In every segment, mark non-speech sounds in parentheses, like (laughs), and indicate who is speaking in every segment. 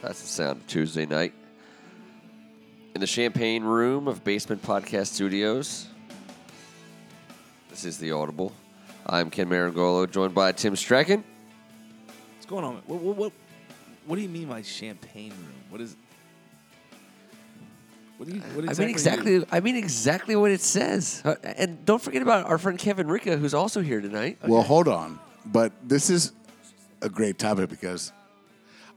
Speaker 1: That's the sound of Tuesday night. In the champagne room of Basement Podcast Studios. This is the Audible. I'm Ken Marangolo, joined by Tim Strecken.
Speaker 2: What's going on? What, what, what, what do you mean by champagne room? What is? What do you? What
Speaker 1: I mean
Speaker 2: are you-
Speaker 1: exactly. I mean exactly what it says. Uh, And don't forget about our friend Kevin Ricca, who's also here tonight.
Speaker 3: Well, hold on. But this is a great topic because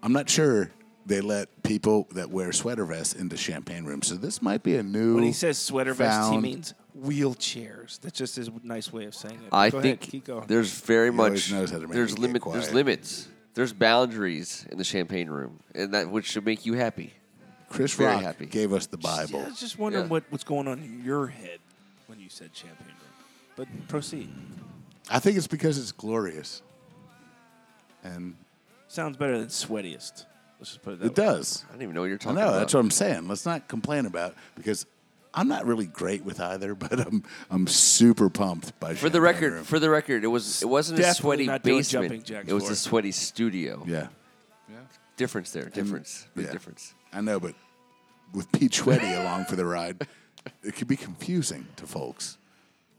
Speaker 3: I'm not sure they let people that wear sweater vests into champagne rooms. So this might be a new.
Speaker 2: When he says sweater vest, he
Speaker 3: found-
Speaker 2: means wheelchairs. That's just his nice way of saying it.
Speaker 1: I
Speaker 2: Go
Speaker 1: think
Speaker 2: ahead, keep going.
Speaker 1: there's very much
Speaker 3: always knows how to make
Speaker 1: there's
Speaker 3: me get
Speaker 1: limit
Speaker 3: quiet.
Speaker 1: there's limits there's boundaries in the champagne room, and that which should make you happy.
Speaker 3: Chris
Speaker 1: very
Speaker 3: Rock
Speaker 1: happy.
Speaker 3: gave us the
Speaker 2: Yeah,
Speaker 3: Bible.
Speaker 2: I was just wondering
Speaker 1: Yeah.
Speaker 2: what, what's going on in your head when you said champagne room. But proceed.
Speaker 3: I think it's because it's glorious, and
Speaker 2: Sounds better than sweatiest. Let's just put it that
Speaker 3: it
Speaker 2: way.
Speaker 3: does.
Speaker 1: I don't even know what you're
Speaker 3: I
Speaker 1: talking
Speaker 3: know
Speaker 1: about.
Speaker 3: that's what I'm saying. Let's not complain about because I'm not really great with either, (laughs) but I'm I'm super pumped by
Speaker 1: for the
Speaker 3: champagne
Speaker 1: record,
Speaker 3: room.
Speaker 1: for the record, it was it wasn't a
Speaker 2: Definitely
Speaker 1: sweaty
Speaker 2: not doing jumping
Speaker 1: basement.
Speaker 2: jacks
Speaker 1: It was
Speaker 2: for
Speaker 1: a
Speaker 2: it.
Speaker 1: sweaty studio.
Speaker 3: yeah,
Speaker 1: Difference there. Difference. Big
Speaker 3: Mm-hmm. yeah.
Speaker 1: difference.
Speaker 3: I know, but with Pete Sweaty along for the ride, it could be confusing to folks.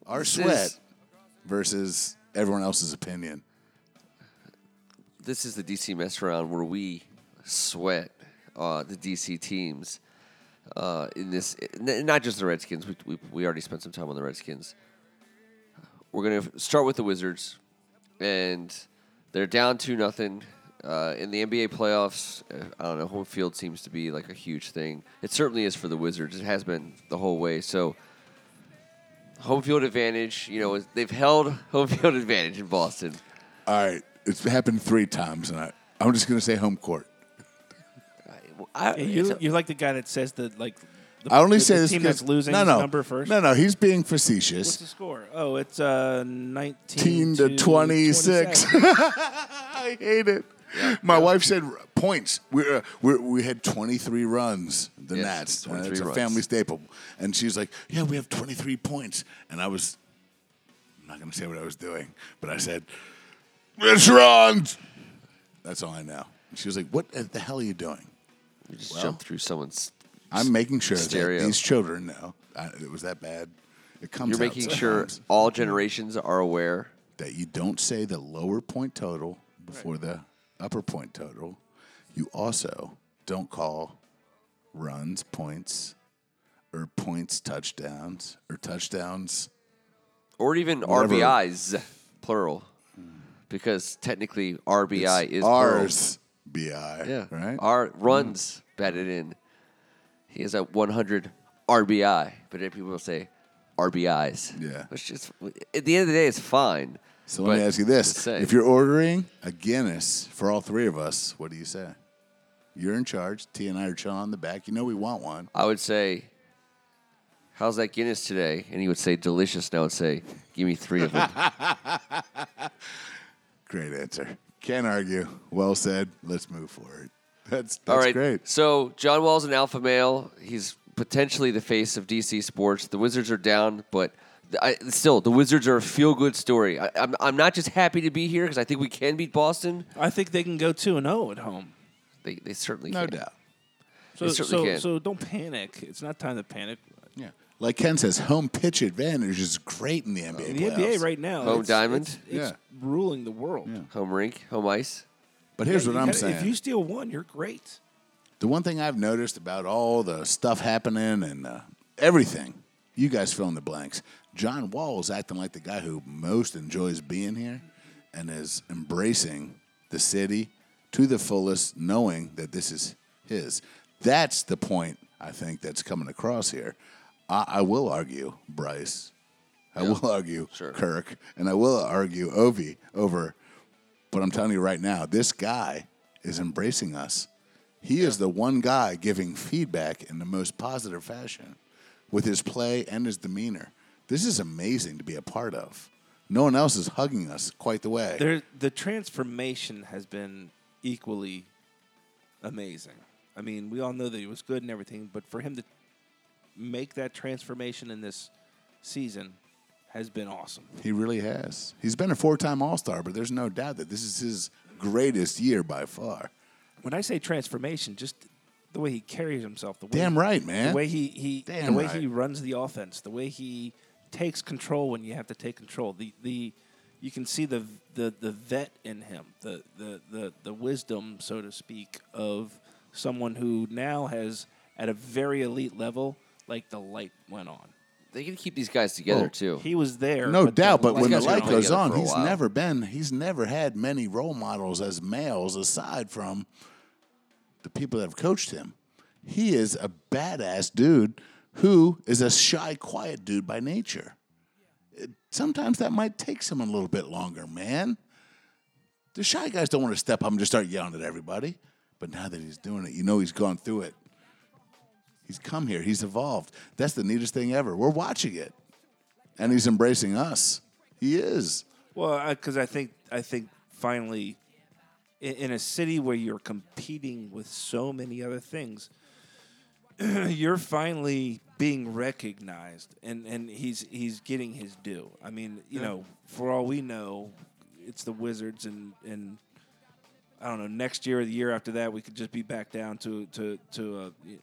Speaker 3: Our
Speaker 1: This
Speaker 3: sweat
Speaker 1: is-
Speaker 3: versus everyone else's opinion.
Speaker 1: This is the DC mess around where we sweat uh, the DC teams. Uh, in this, n- not just the Redskins. We, we we already spent some time on the Redskins. We're gonna start with the Wizards, and they're down two nothing. Uh, in the NBA playoffs, uh, I don't know. Home field seems to be like a huge thing. It certainly is for the Wizards. It has been the whole way. So home field advantage. You know, is- they've held home field advantage in Boston.
Speaker 3: All right, it's happened three times, and I, I'm just going to say home court.
Speaker 1: I,
Speaker 2: Yeah, you're, you're like the guy that says that like. The,
Speaker 3: I only
Speaker 2: the,
Speaker 3: say
Speaker 2: the
Speaker 3: this
Speaker 2: team
Speaker 3: 'cause-
Speaker 2: that's losing
Speaker 3: no,
Speaker 2: is
Speaker 3: no,
Speaker 2: number first.
Speaker 3: No, no, he's being
Speaker 2: What's
Speaker 3: facetious.
Speaker 2: the score? Oh, it's uh, 19
Speaker 3: 18 to 26.
Speaker 2: 27.
Speaker 3: (laughs) I hate it. My wife said r- points. We uh, we we had 23 runs. The
Speaker 1: Yes,
Speaker 3: Nats. and
Speaker 1: 23
Speaker 3: It's a
Speaker 1: runs.
Speaker 3: family staple. And she's like, "Yeah, we have 23 points." And I was, I'm not going to say what I was doing, but I said, "It's runs." That's all I know. And she was like, "What the hell are you doing?"
Speaker 1: You just jumped through someone's.
Speaker 3: I'm making sure
Speaker 1: Stereo.
Speaker 3: that these children know I, it was that bad. It comes.
Speaker 1: You're
Speaker 3: out
Speaker 1: making sure
Speaker 3: sometimes
Speaker 1: all generations are aware.
Speaker 3: that you don't say the lower point total before the upper point total. You also don't call runs points or points touchdowns or touchdowns.
Speaker 1: or even
Speaker 3: Whatever.
Speaker 1: RBIs, plural, because technically RBI is
Speaker 3: R's bi
Speaker 1: plural. Yeah,
Speaker 3: right. Mm.
Speaker 1: R runs batted in. He has a 100 RBI, but then people say RBIs.
Speaker 3: Yeah.
Speaker 1: which is at the end of the day, it's fine.
Speaker 3: so let me
Speaker 1: but
Speaker 3: ask you
Speaker 1: to
Speaker 3: this:
Speaker 1: say-
Speaker 3: If you're ordering a Guinness for all three of us, what do you say? You're in charge. T and I are chilling on the back. You know we want one.
Speaker 1: I would say, "How's that Guinness today?" And he would say, "Delicious." And I would say, "Give me three of them."
Speaker 3: Great answer. Can't argue. Well said. Let's move forward. (laughs) That's that's
Speaker 1: All right.
Speaker 3: great.
Speaker 1: So John Wall's an alpha male. He's potentially the face of DC sports. The Wizards are down, but th- I, still, the Wizards are a feel-good story. I, I'm, I'm not just happy to be here because I think we can beat Boston.
Speaker 2: I think they can go 2 and 0 at home.
Speaker 1: They, they certainly
Speaker 3: No
Speaker 1: can.
Speaker 3: doubt.
Speaker 2: So,
Speaker 1: They certainly
Speaker 2: so,
Speaker 1: can.
Speaker 2: so don't panic. It's not time to panic.
Speaker 3: Yeah. Like Ken says, home pitch advantage is great in the NBA.
Speaker 2: Uh, The
Speaker 3: playoffs.
Speaker 2: NBA right now,
Speaker 1: Home
Speaker 2: it's-
Speaker 1: Oh, diamond?
Speaker 2: it's, it's
Speaker 3: Yeah.
Speaker 2: ruling the world.
Speaker 1: Home rink, home ice.
Speaker 3: But here's what
Speaker 2: You
Speaker 3: I'm
Speaker 2: gotta-
Speaker 3: saying.
Speaker 2: If you steal one, you're great.
Speaker 3: the one thing I've noticed about all the stuff happening and uh, everything, you guys fill in the blanks. John Wall is acting like the guy who most enjoys being here and is embracing the city to the fullest, knowing that this is his. That's the point I think that's coming across here. I, I will argue Bryce. I will argue
Speaker 1: sure.
Speaker 3: Kirk, and I will argue Ovi over. But I'm telling you right now, this guy is embracing us. He is the one guy giving feedback in the most positive fashion with his play and his demeanor. This is amazing to be a part of. No one else is hugging us quite the way.
Speaker 2: There, the transformation has been equally amazing. I mean, we all know that he was good and everything, but for him to make that transformation in this season has been awesome.
Speaker 3: he really has. He's been a four time All Star, but there's no doubt that this is his greatest year by far.
Speaker 2: when I say transformation, just the way he carries himself, the way
Speaker 3: Damn right, man.
Speaker 2: the way he he the
Speaker 3: Damn
Speaker 2: way
Speaker 3: right.
Speaker 2: he runs the offense, the way he takes control when you have to take control. The the you can see the the, the vet in him, the, the the the wisdom, so to speak, of someone who now has at a very elite level, like the light went on.
Speaker 1: They can keep these guys together too.
Speaker 2: He was there,
Speaker 3: No doubt, but
Speaker 1: light-
Speaker 3: when the
Speaker 1: These guys
Speaker 3: light
Speaker 1: have been
Speaker 3: goes
Speaker 1: together
Speaker 3: on,
Speaker 1: for a
Speaker 3: he's
Speaker 1: while.
Speaker 3: never been, he's never had many role models as males aside from the people that have coached him. He is a badass dude who is a shy, quiet dude by nature. It- sometimes that might take someone a little bit longer, man. The shy guys don't want to step up and just start yelling at everybody. But now that he's doing it, you know he's gone through it. He's come here. He's evolved. That's the neatest thing ever. We're watching it and he's embracing us. He is.
Speaker 2: Well, because I, think I think finally, in, in a city where you're competing with so many other things, (clears throat) you're finally being recognized, and, and he's he's getting his due. I mean, you know, for all we know, it's the Wizards, and and I don't know. Next year or the year after that, we could just be back down to to to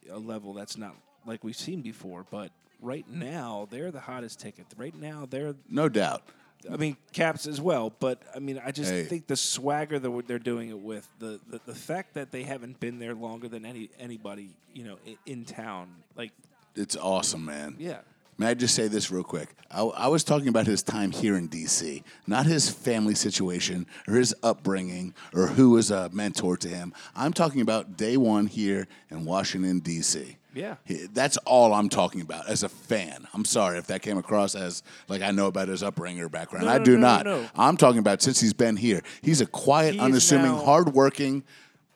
Speaker 2: a, a level that's not like we've seen before. But right now, they're the hottest ticket. Right now, they're
Speaker 3: No doubt.
Speaker 2: I mean, caps as well, but I mean, I just
Speaker 3: Hey.
Speaker 2: think the swagger that we're- they're doing it with, the, the the fact that they haven't been there longer than any anybody, you know, in, in town, like,
Speaker 3: It's awesome, man.
Speaker 2: yeah,
Speaker 3: May I just say this real quick? I, I was talking about his time here in D.C., not his family situation or his upbringing or who was a mentor to him. I'm talking about day one here in Washington, D.C.
Speaker 2: Yeah.
Speaker 3: He- That's all I'm talking about as a fan. I'm sorry if that came across as like I know about his upbringing or background.
Speaker 2: No,
Speaker 3: I
Speaker 2: no,
Speaker 3: do
Speaker 2: no,
Speaker 3: not.
Speaker 2: no.
Speaker 3: I'm talking about since he's been here. He's a quiet,
Speaker 2: He is
Speaker 3: unassuming,
Speaker 2: now-
Speaker 3: hardworking,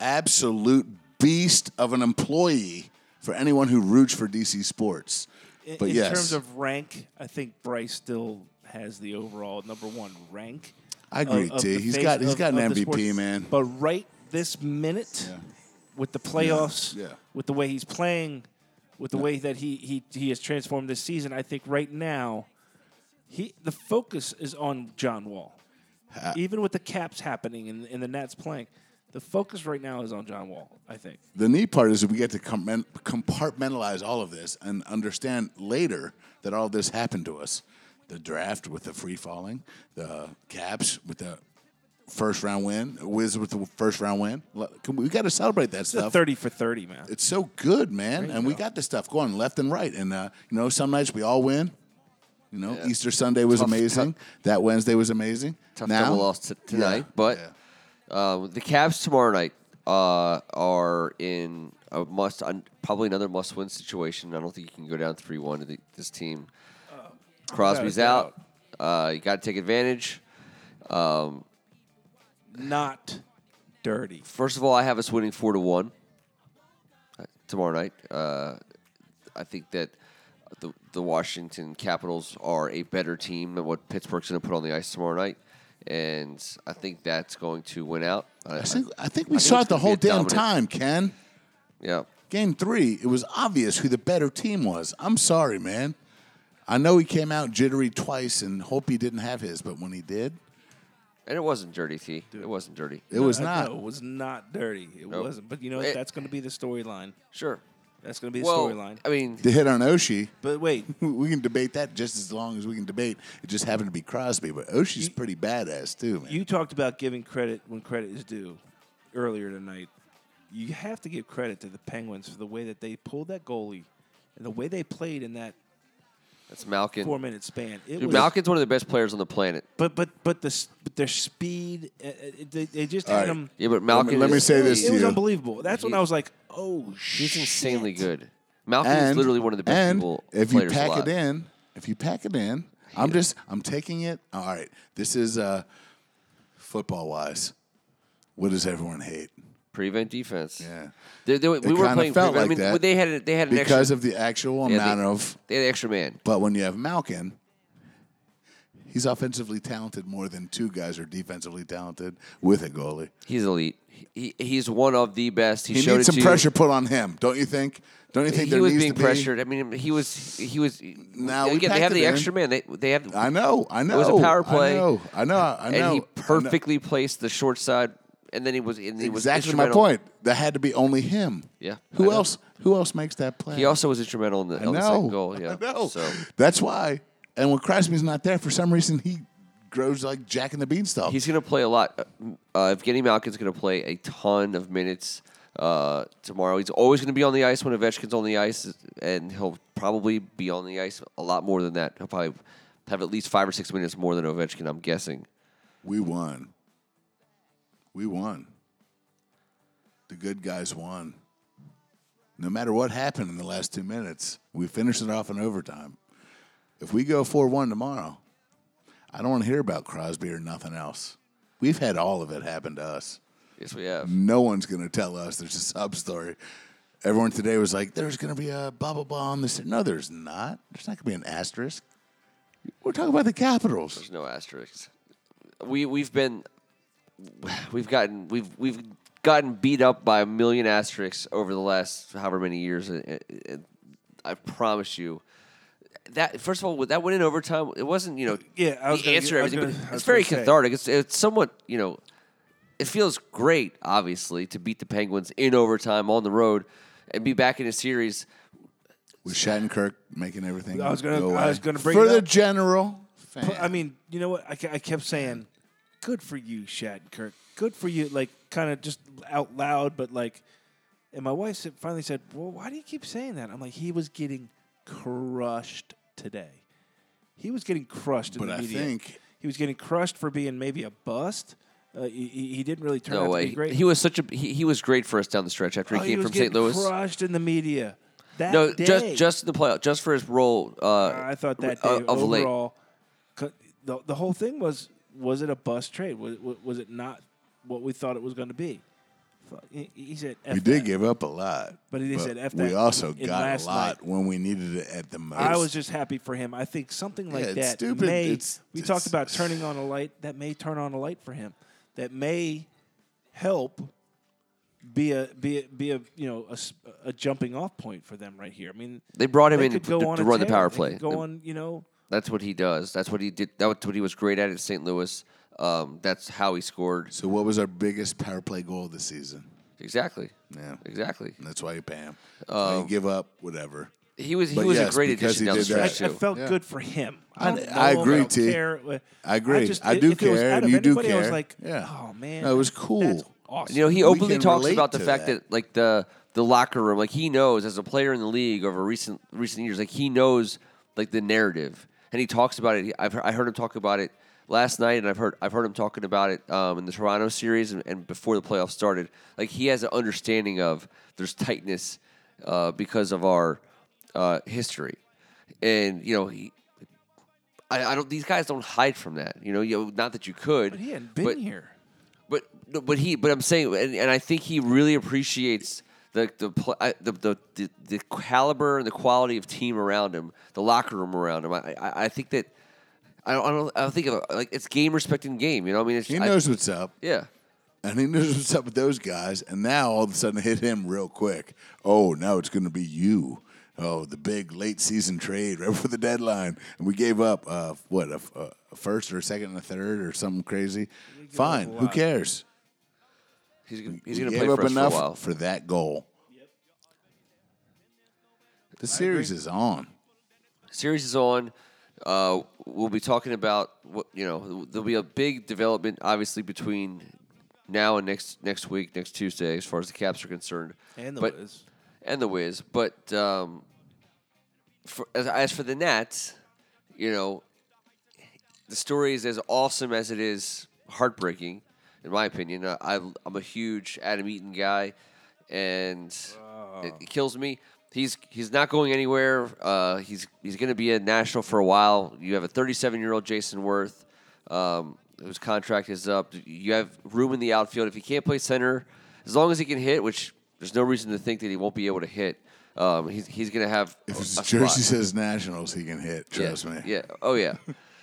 Speaker 3: absolute beast of an employee for anyone who roots for DC sports.
Speaker 2: In,
Speaker 3: But
Speaker 2: in
Speaker 3: yes,
Speaker 2: terms of rank, I think Bryce still has the overall number one rank.
Speaker 3: I agree,
Speaker 2: of- of
Speaker 3: T.
Speaker 2: the
Speaker 3: He's
Speaker 2: face
Speaker 3: got- he's
Speaker 2: of-
Speaker 3: got an
Speaker 2: of the
Speaker 3: MVP,
Speaker 2: sports.
Speaker 3: man.
Speaker 2: But right this minute,
Speaker 3: Yeah.
Speaker 2: with the playoffs,
Speaker 3: Yeah.
Speaker 2: with the way he's playing, with the way that he, he he has transformed this season, I think right now, he the focus is on John Wall. Even with the Caps happening and, and the Nats playing, the focus right now is on John Wall. I think.
Speaker 3: the neat part is that we get to compartment- compartmentalize all of this and understand later that all this happened to us. The draft with the free falling, the Caps with the first round win, Wiz with the first round win. Look, can We got to celebrate that
Speaker 2: It's a
Speaker 3: stuff.
Speaker 2: thirty for thirty, man.
Speaker 3: It's so good, man.
Speaker 2: Great
Speaker 3: And we
Speaker 2: job.
Speaker 3: got this stuff going left and right. And uh, you know, some nights we all win. You know,
Speaker 1: Yeah.
Speaker 3: Easter Sunday was
Speaker 1: Tough-
Speaker 3: amazing. That Wednesday was amazing.
Speaker 1: Tough
Speaker 3: Now-
Speaker 1: double loss t- tonight,
Speaker 3: Yeah.
Speaker 1: but
Speaker 3: Yeah.
Speaker 1: um, the Cavs tomorrow night uh, are in a must, un, probably another must-win situation. I don't think you can go down three-one to the, this team. Crosby's
Speaker 2: without
Speaker 1: out. Uh, you got to take advantage.
Speaker 2: Not dirty.
Speaker 1: First of all, I have us winning four to one uh, tomorrow night. Uh, I think that the the Washington Capitals are a better team than what Pittsburgh's going to put on the ice tomorrow night, and I think that's going to win out. I-
Speaker 3: I think, I think we
Speaker 1: I think
Speaker 3: saw
Speaker 1: it's
Speaker 3: it the
Speaker 1: gonna be
Speaker 3: whole
Speaker 1: a
Speaker 3: damn
Speaker 1: dominant-
Speaker 3: time, Ken.
Speaker 1: yeah.
Speaker 3: Game three, it was obvious who the better team was. I'm sorry, man. I know he came out jittery twice and hope he didn't have his, but when he did,
Speaker 1: And it wasn't dirty, T. It wasn't dirty.
Speaker 3: it was
Speaker 2: I
Speaker 3: not.
Speaker 2: know, it was not dirty. It
Speaker 1: Nope.
Speaker 2: wasn't. But you know what?
Speaker 1: It-
Speaker 2: that's going to be the storyline.
Speaker 1: Sure.
Speaker 2: That's going to be the
Speaker 1: well,
Speaker 2: storyline.
Speaker 1: I mean,
Speaker 3: The hit on Oshie, (laughs)
Speaker 2: But wait,
Speaker 3: we can debate that just as long as we can debate. It just happened to be Crosby, but Oshie's pretty badass too, man.
Speaker 2: you talked about giving credit when credit is due earlier tonight. You have to give credit to the Penguins for the way that they pulled that goalie and the way they played in that
Speaker 1: that's Malkin.
Speaker 2: four minute span. It
Speaker 1: Dude,
Speaker 2: was
Speaker 1: Malkin's one of the best players on the planet.
Speaker 2: but but but the s- but their speed, uh, uh, they, they just
Speaker 3: All
Speaker 2: had
Speaker 3: right.
Speaker 2: them.
Speaker 1: Yeah, but
Speaker 3: Let me-
Speaker 1: Malkin.
Speaker 3: let me
Speaker 1: is-
Speaker 3: say this
Speaker 2: It
Speaker 3: to
Speaker 2: was
Speaker 3: you.
Speaker 2: unbelievable. That's when
Speaker 1: He-
Speaker 2: I was like, "Oh,
Speaker 1: He's
Speaker 2: shit.
Speaker 1: insanely good. Malkin is
Speaker 3: and
Speaker 1: literally one of the best
Speaker 3: and
Speaker 1: people.
Speaker 3: if you
Speaker 1: players
Speaker 3: pack
Speaker 1: alive.
Speaker 3: it in, if you pack it in, I'm just I'm taking it. All right, this is uh, football wise. What does everyone hate?
Speaker 1: prevent defense.
Speaker 3: Yeah.
Speaker 1: they, they, we
Speaker 3: It
Speaker 1: were
Speaker 3: kinda
Speaker 1: playing.
Speaker 3: felt
Speaker 1: prevent-
Speaker 3: like
Speaker 1: I mean,
Speaker 3: that
Speaker 1: they had they had an
Speaker 3: because
Speaker 1: extra,
Speaker 3: of the actual
Speaker 1: they had
Speaker 3: amount
Speaker 1: the-
Speaker 3: of
Speaker 1: they had an extra man.
Speaker 3: But when you have Malkin, he's offensively talented more than two guys are defensively talented with a goalie.
Speaker 1: He's elite. He, he- he's one of the best. He,
Speaker 3: He
Speaker 1: showed
Speaker 3: needs
Speaker 1: it
Speaker 3: some
Speaker 1: to you.
Speaker 3: pressure put on him, don't you think? Don't you think
Speaker 1: He
Speaker 3: there
Speaker 1: was
Speaker 3: needs
Speaker 1: being
Speaker 3: to be?
Speaker 1: pressured. I mean, he was he was.
Speaker 3: Now we
Speaker 1: again, they
Speaker 3: packed
Speaker 1: have
Speaker 3: it
Speaker 1: the
Speaker 3: in.
Speaker 1: extra man. They they have.
Speaker 3: I know, I know.
Speaker 1: was a power play,
Speaker 3: I know, I know, I
Speaker 1: and
Speaker 3: know. I
Speaker 1: he
Speaker 3: know.
Speaker 1: perfectly placed the short side and then he was and he was
Speaker 3: exactly my
Speaker 1: instrumental-
Speaker 3: point. That had to be only him.
Speaker 1: Yeah, I
Speaker 3: Who
Speaker 1: know.
Speaker 3: else? Who else makes that play?
Speaker 1: He also was instrumental in the,
Speaker 3: I
Speaker 1: on the second
Speaker 3: know.
Speaker 1: goal. Yeah,
Speaker 3: I know.
Speaker 1: So
Speaker 3: That's why. And when Crosby's not there, for some reason, he grows like Jack and the Beanstalk.
Speaker 1: he's going to play a lot. Uh, Evgeny Malkin's going to play a ton of minutes uh, tomorrow. He's always going to be on the ice when Ovechkin's on the ice, and he'll probably be on the ice a lot more than that. He'll probably have at least five or six minutes more than Ovechkin. I'm guessing.
Speaker 3: we won. We won. The good guys won. No matter what happened in the last two minutes, we finished it off in overtime. If we go 4 1 tomorrow, I don't want to hear about Crosby or nothing else. We've had all of it happen to us.
Speaker 1: Yes, we have.
Speaker 3: No one's going to tell us there's a sub story. Everyone today was like, there's going to be a blah, blah, blah on this. No, there's not. There's not going to be an asterisk. We're talking about the Capitals.
Speaker 1: There's no asterisks. We we've been we've gotten we've we've gotten beat up by a million asterisks over the last however many years. and- and- and I promise you. That first of all, that went in overtime. It wasn't you know
Speaker 2: Yeah, I was
Speaker 1: the
Speaker 2: gonna-
Speaker 1: answer
Speaker 2: I
Speaker 1: to
Speaker 2: was
Speaker 1: everything,
Speaker 2: gonna-
Speaker 1: but
Speaker 2: I
Speaker 1: it's
Speaker 2: was
Speaker 1: very
Speaker 2: gonna say.
Speaker 1: cathartic. It's it's somewhat you know it feels great, obviously, to beat the Penguins in overtime on the road and be back in a series.
Speaker 3: With Shattenkirk making everything
Speaker 2: I was gonna-
Speaker 3: go
Speaker 2: I
Speaker 3: away.
Speaker 2: was gonna bring
Speaker 3: For
Speaker 2: it
Speaker 3: the
Speaker 2: up.
Speaker 3: general fan.
Speaker 2: But, I mean, you know what? I, ke- I kept saying, "Good for you, Shattenkirk. Good for you." Like, kind of just out loud, but like. And my wife said, finally said, "Well, why do you keep saying that?" I'm like, "He was getting crushed today. He was getting crushed in
Speaker 3: But
Speaker 2: the
Speaker 3: I
Speaker 2: media.
Speaker 3: think-
Speaker 2: he was getting crushed for being maybe a bust. Uh, he- he, he didn't really turn
Speaker 1: No
Speaker 2: out to
Speaker 1: way.
Speaker 2: be great.
Speaker 1: He was such a he, he was great for us down the stretch after
Speaker 2: Oh,
Speaker 1: he came
Speaker 2: was
Speaker 1: from St.
Speaker 2: getting
Speaker 1: Louis.
Speaker 2: Crushed in the media. That
Speaker 1: No,
Speaker 2: day,
Speaker 1: just just in the playoff, just for his role. Uh,
Speaker 2: I thought that day
Speaker 1: uh, of late.
Speaker 2: overall, co- the the whole thing was was it a bust trade? Was was, was it not what we thought it was going to be? Fuck, He, he said F
Speaker 3: we
Speaker 2: that.
Speaker 3: did give up a lot.
Speaker 2: But they said F
Speaker 3: We
Speaker 2: that
Speaker 3: also
Speaker 2: in
Speaker 3: got a
Speaker 2: last
Speaker 3: lot
Speaker 2: night.
Speaker 3: when we needed it at the most.
Speaker 2: I was just happy for him. I think something like
Speaker 3: Yeah, it's
Speaker 2: that
Speaker 3: stupid.
Speaker 2: may.
Speaker 3: It's-
Speaker 2: we
Speaker 3: it's-
Speaker 2: talked about turning on a light. That may turn on a light for him. That may help be a be a, be a you know a, s- a jumping off point for them right here. I mean,
Speaker 1: They brought him
Speaker 2: they
Speaker 1: in
Speaker 2: could
Speaker 1: to-
Speaker 2: go
Speaker 1: to-
Speaker 2: on
Speaker 1: to
Speaker 2: a
Speaker 1: run the
Speaker 2: tear.
Speaker 1: power
Speaker 2: They
Speaker 1: play.
Speaker 2: could go
Speaker 1: They-
Speaker 2: on, you know.
Speaker 1: That's what he does. That's what he did. That's what he was great at at St. Louis. Um, that's how he scored.
Speaker 3: so what was our biggest power play goal of the season?
Speaker 1: Exactly.
Speaker 3: Yeah.
Speaker 1: Exactly.
Speaker 3: And that's why you pay him. That's why you give up, whatever.
Speaker 1: He was he
Speaker 3: But
Speaker 1: was a
Speaker 3: yes,
Speaker 1: great
Speaker 3: because
Speaker 1: addition
Speaker 3: he
Speaker 1: down the
Speaker 3: did that.
Speaker 2: I,
Speaker 1: stretch
Speaker 2: I
Speaker 1: too.
Speaker 2: felt
Speaker 3: Yeah.
Speaker 2: good for him.
Speaker 3: I-
Speaker 2: I, don't know
Speaker 3: I
Speaker 2: him,
Speaker 3: agree,
Speaker 2: don't
Speaker 3: T.
Speaker 2: care. Uh,
Speaker 3: I agree. I,
Speaker 2: just- if-
Speaker 3: do
Speaker 2: if it was
Speaker 3: care,
Speaker 2: out
Speaker 3: and
Speaker 2: of
Speaker 3: you do
Speaker 2: anybody,
Speaker 3: care.
Speaker 2: I was like,
Speaker 3: yeah.
Speaker 2: oh man,
Speaker 3: No, it was cool.
Speaker 2: That's awesome.
Speaker 1: You know, he
Speaker 3: We
Speaker 1: openly
Speaker 3: can
Speaker 1: talks
Speaker 3: relate
Speaker 1: about the
Speaker 3: to
Speaker 1: fact that.
Speaker 3: that.
Speaker 1: like the the locker room, like he knows as a player in the league over recent recent years, like he knows like the narrative, and he talks about it. He- I've heard, I heard him talk about it last night, and I've heard I've heard him talking about it um, in the Toronto series and, and before the playoffs started. Like he has an understanding of there's tightness uh, because of our uh, history, and you know he. I, I don't. These guys don't hide from that, you know. You not that you could.
Speaker 2: but he hadn't been
Speaker 1: but-
Speaker 2: here.
Speaker 1: but no, but he but I'm saying and, and I think he really appreciates the the, pl- I- the the the the caliber and the quality of team around him, the locker room around him. I I, I think that I don't I don't I don't think of like it's game respecting game. You know what I mean? It's,
Speaker 3: He
Speaker 1: I-
Speaker 3: knows what's up.
Speaker 1: yeah.
Speaker 3: And he knows (laughs) what's up with those guys. And now all of a sudden it hit him real quick. Oh, now it's going to be you. Oh, the big late season trade right (laughs) before the deadline. And we gave up, uh, what, a, f- a first or a second and a third or something crazy? Fine. Who cares?
Speaker 1: He's gonna, he's
Speaker 3: We
Speaker 1: gonna
Speaker 3: gave
Speaker 1: play for
Speaker 3: up
Speaker 1: us for a
Speaker 3: enough
Speaker 1: while.
Speaker 3: for that goal. The series is on.
Speaker 1: series is on. Uh, we'll be talking about what you know. There'll be a big development, obviously, between now and next next week, next Tuesday, as far as the Caps are concerned,
Speaker 2: And the
Speaker 1: but,
Speaker 2: Wiz.
Speaker 1: and the Wiz. But um, for, as, as for the Nats, you know, the story is as awesome as it is heartbreaking, in my opinion. I, I, I'm a huge Adam Eaton guy, and it, it kills me. He's he's not going anywhere. Uh, he's he's going to be a national for a while. You have a 37 year old Jason Worth, um, whose contract is up. You have room in the outfield. If he can't play center, as long as he can hit, which there's no reason to think that he won't be able to hit. Um, he's he's going to have.
Speaker 3: If his
Speaker 1: Oh, a
Speaker 3: jersey
Speaker 1: spot.
Speaker 3: says Nationals, he can hit. Trust
Speaker 1: yeah.
Speaker 3: me.
Speaker 1: Yeah. Oh
Speaker 3: (laughs)
Speaker 1: yeah.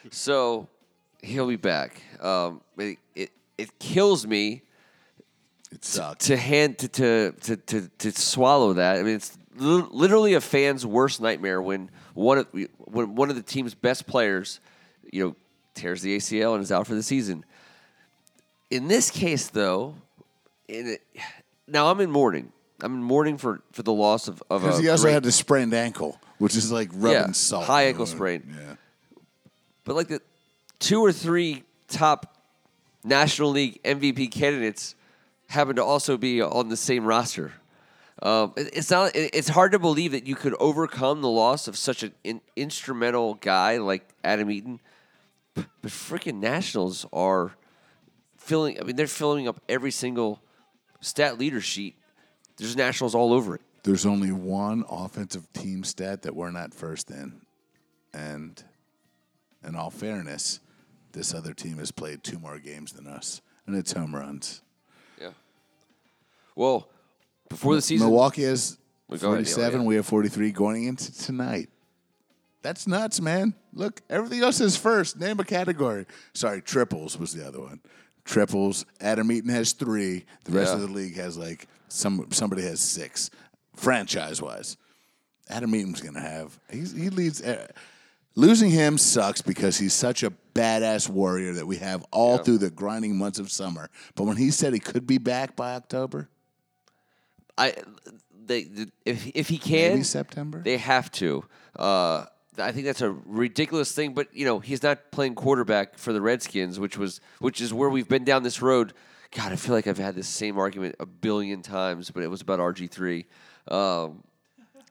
Speaker 1: so he'll be back. Um, it, it it kills me
Speaker 3: It sucks.
Speaker 1: to hand to to to to, to swallow that. I mean, it's li- literally a fan's worst nightmare when one of when one of the team's best players, you know, tears the ACL and is out for the season. In this case, though, and it, now I'm in mourning. I'm in mourning for, for the loss of of
Speaker 3: Because
Speaker 1: a
Speaker 3: he also
Speaker 1: great-
Speaker 3: had the sprained ankle, which is like rubbing
Speaker 1: Yeah,
Speaker 3: salt.
Speaker 1: high ankle
Speaker 3: Uh,
Speaker 1: sprain.
Speaker 3: Yeah.
Speaker 1: but like the two or three top National League MVP candidates happen to also be on the same roster. Um, it- it's not. it- It's hard to believe that you could overcome the loss of such an in, instrumental guy like Adam Eaton. But freaking Nationals are filling. I mean, they're filling up every single stat leader sheet. There's Nationals all over it.
Speaker 3: There's only one offensive team stat that we're not first in. And in all fairness, this other team has played two more games than us, and it's home runs.
Speaker 1: Yeah. Well, before the season,
Speaker 3: Milwaukee has
Speaker 1: Well, go ahead, Neil,
Speaker 3: 47.
Speaker 1: yeah.
Speaker 3: We have 43 going into tonight. That's nuts, man. Look, everything else is first. Name a category. Sorry, triples was the other one. Triples. Adam Eaton has three. The rest
Speaker 1: Yeah.
Speaker 3: of the league has like some somebody has six. Franchise wise, Adam Eaton's gonna have. He's, he leads. eh, Losing him sucks because he's such a badass warrior that we have all through the grinding months of summer. But when he said he could be back by October,
Speaker 1: I they, the if if he
Speaker 3: maybe
Speaker 1: can,
Speaker 3: September,
Speaker 1: they have to. Uh, I think that's a ridiculous thing, but you know he's not playing quarterback for the Redskins, which was which is where we've been down this road. God, I feel like I've had this same argument a billion times, but it was about RG three. Um,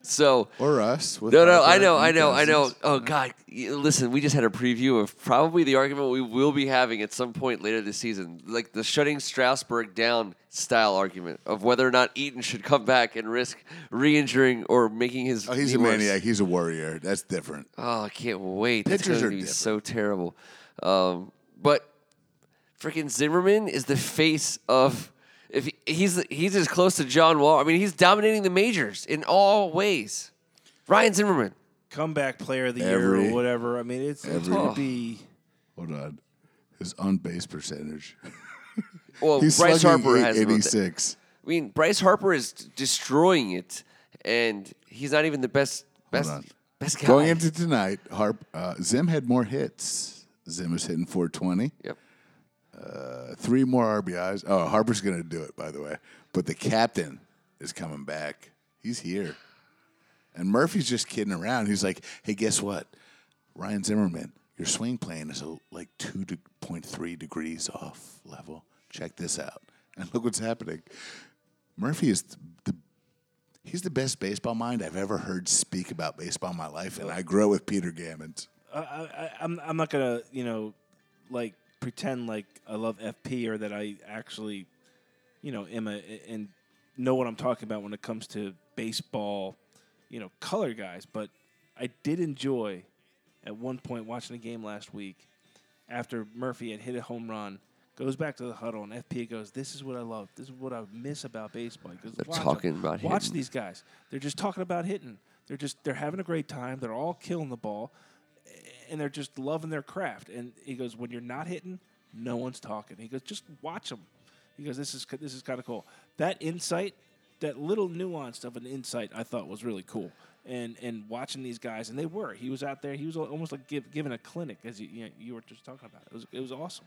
Speaker 1: so
Speaker 3: or us. With
Speaker 1: no, no,
Speaker 3: Harper
Speaker 1: I know,
Speaker 3: and
Speaker 1: I know, I know.
Speaker 3: Cousins.
Speaker 1: Oh God, y- listen, we just had a preview of probably the argument we will be having at some point later this season, like the shutting Strasburg down style argument of whether or not Eaton should come back and risk re-injuring or making his.
Speaker 3: Oh, he's
Speaker 1: knee
Speaker 3: a
Speaker 1: worse.
Speaker 3: maniac. He's a warrior. That's different.
Speaker 1: Oh, I can't wait. That's going
Speaker 3: Pitchers
Speaker 1: to
Speaker 3: are
Speaker 1: be
Speaker 3: different.
Speaker 1: so terrible. Um, but freaking Zimmerman is the face of. If he, he's he's as close to John Wall, I mean, he's dominating the majors in all ways. Ryan Zimmerman.
Speaker 2: comeback player of the
Speaker 3: Every-
Speaker 2: year or whatever. I mean, it's, it's
Speaker 3: every-
Speaker 2: going
Speaker 1: Oh.
Speaker 2: to be.
Speaker 3: Hold on. His on base percentage.
Speaker 1: Well,
Speaker 3: He's
Speaker 1: Oh, Bryce
Speaker 3: slugging
Speaker 1: Harper has him. up there.
Speaker 3: 86.
Speaker 1: I mean, Bryce Harper is d- destroying it, and he's not even the best best
Speaker 3: on.
Speaker 1: best guy.
Speaker 3: Going into tonight, Harp uh, Zim had more hits. Zim was hitting 420.
Speaker 1: yep.
Speaker 3: Uh, three more RBIs. Oh, Harper's going to do it, by the way. But the captain is coming back. He's here. And Murphy's just kidding around. He's like, hey, guess what? Ryan Zimmerman, your swing plane is uh, like 2.3 degrees off level. Check this out. (laughs) And look what's happening. Murphy is th- the he's the best baseball mind I've ever heard speak about baseball in my life, and I grow with Peter Gammons.
Speaker 2: I, I, I'm I'm not gonna you know like pretend like I love FP or that I actually you know am a and know what I'm talking about when it comes to baseball you know color guys, but I did enjoy at one point watching a game last week after Murphy had hit a home run. Goes back to the huddle and FP goes. This is what I love. This is what I miss about baseball. He goes,
Speaker 1: They're
Speaker 2: "Watch 'em.
Speaker 1: talking about
Speaker 2: watch
Speaker 1: hitting.
Speaker 2: these guys. They're just talking about hitting. They're just they're having a great time. They're all killing the ball and they're just loving their craft. And he goes, when you're not hitting, no one's talking. He goes, just watch them. He goes, this is this is kind of cool. That insight, that little nuance of an insight, I thought was really cool. And and watching these guys, and they were. He was out there. He was al- almost like give, giving a clinic, as you you, know, you were just talking about. It was it was awesome.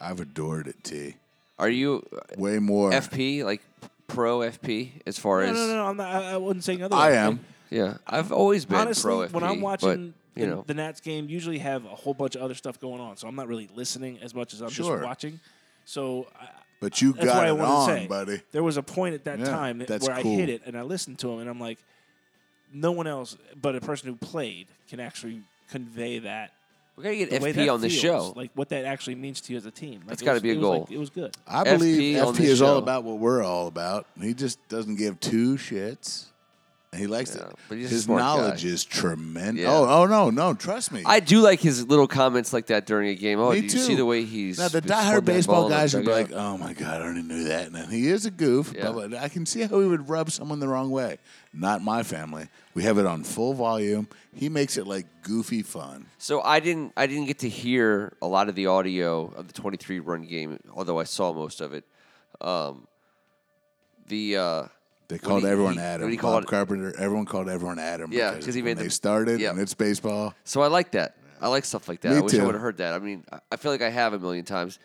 Speaker 3: I've adored it, T.
Speaker 1: Are you
Speaker 3: Way more.
Speaker 1: FP like pro FP as far
Speaker 2: No,
Speaker 1: as?
Speaker 2: no, no. no I'm not, I, I wasn't saying
Speaker 3: I
Speaker 2: otherwise.
Speaker 3: am.
Speaker 1: Yeah, I've always been
Speaker 2: honestly,
Speaker 1: pro FP.
Speaker 2: when I'm watching
Speaker 1: but, you
Speaker 2: the,
Speaker 1: know,
Speaker 2: the Nats game, usually have a whole bunch of other stuff going on, so I'm not really listening as much as I'm
Speaker 3: Sure.
Speaker 2: just watching. So, I,
Speaker 3: But you
Speaker 2: that's
Speaker 3: got
Speaker 2: why I
Speaker 3: it
Speaker 2: wanted
Speaker 3: on,
Speaker 2: to say,
Speaker 3: buddy.
Speaker 2: There was a point at that
Speaker 3: Yeah,
Speaker 2: time where
Speaker 3: that's
Speaker 2: I
Speaker 3: cool.
Speaker 2: hit it and I listened to him, and I'm like, no one else but a person who played can actually convey that.
Speaker 1: we gotta get
Speaker 2: The way
Speaker 1: FP
Speaker 2: that
Speaker 1: on the
Speaker 2: feels,
Speaker 1: show.
Speaker 2: like what that actually means to you as a team. Like,
Speaker 1: That's
Speaker 2: it
Speaker 1: gotta
Speaker 2: was-
Speaker 1: be a
Speaker 2: it was like-
Speaker 1: goal.
Speaker 2: it was good.
Speaker 3: I
Speaker 1: FP
Speaker 3: believe
Speaker 1: on
Speaker 3: FP
Speaker 1: this
Speaker 3: is all
Speaker 1: show.
Speaker 3: about what we're all about. He just doesn't give two shits. And he likes
Speaker 1: Yeah,
Speaker 3: it.
Speaker 1: but he's a
Speaker 3: His
Speaker 1: smart
Speaker 3: knowledge
Speaker 1: guy.
Speaker 3: is tremendous.
Speaker 1: Yeah.
Speaker 3: Oh, oh no, no, trust me.
Speaker 1: I do like his little comments like that during a game. Oh,
Speaker 3: me
Speaker 1: do you
Speaker 3: too.
Speaker 1: see the way he's
Speaker 3: now the
Speaker 1: he's holding
Speaker 3: diehard
Speaker 1: that
Speaker 3: baseball
Speaker 1: ball in the
Speaker 3: guys would be
Speaker 1: dugout?
Speaker 3: like, "Oh my god, I already knew that." And he is a goof,
Speaker 1: Yeah.
Speaker 3: but I can see how he would rub someone the wrong way. Not my family. We have it on full volume. He makes it like goofy fun.
Speaker 1: So I didn't I didn't get to hear a lot of the audio of the 23 run game, although I saw most of it. Um, the uh,
Speaker 3: They
Speaker 1: when
Speaker 3: called
Speaker 1: he-
Speaker 3: everyone
Speaker 1: he-
Speaker 3: Adam.
Speaker 1: when he
Speaker 3: Bob
Speaker 1: called-
Speaker 3: Carpenter. Everyone called everyone Adam.
Speaker 1: Yeah, 'cause
Speaker 3: because
Speaker 1: he
Speaker 3: when
Speaker 1: made
Speaker 3: they
Speaker 1: the-
Speaker 3: started
Speaker 1: yeah.
Speaker 3: and it's baseball.
Speaker 1: So I like that. I like stuff like that.
Speaker 3: Me
Speaker 1: I wish
Speaker 3: too.
Speaker 1: I would have heard that. I mean, I- I feel like I have a million times.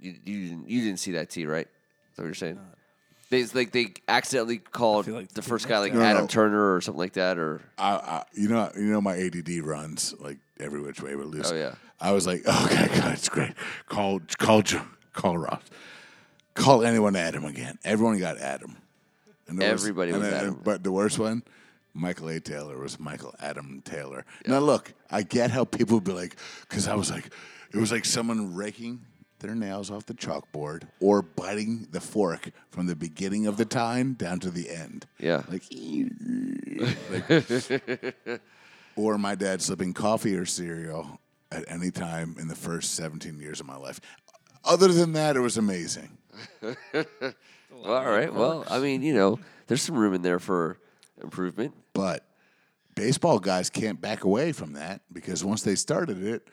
Speaker 1: You, you didn't you didn't see that tee, right? Is that what you're saying? They it's like they accidentally called
Speaker 2: feel like
Speaker 1: the
Speaker 2: they
Speaker 1: first guy like
Speaker 3: No,
Speaker 1: Adam
Speaker 3: no.
Speaker 1: Turner or something like that, or
Speaker 3: I, I you know you know my ADD runs like every which way but loose.
Speaker 1: Oh, yeah.
Speaker 3: I was like, (laughs) oh god, god, it's great. Call call Jo- call Ross. Call anyone Adam again. Everyone got Adam. And there
Speaker 1: Everybody was
Speaker 3: and then-
Speaker 1: Adam.
Speaker 3: But the worst one, Michael A. Taylor was Michael Adam Taylor. Now look, I get how people would be like, because I was like, it was like someone raking their nails off the chalkboard or biting the fork from the beginning of the time down to the end.
Speaker 1: Yeah.
Speaker 3: Like, (laughs) or my dad slipping coffee or cereal at any time in the first 17 years of my life. Other than that, it was amazing.
Speaker 1: all right. Well, I mean, you know, there's some room in there for improvement.
Speaker 3: But baseball guys can't back away from that because once they started it,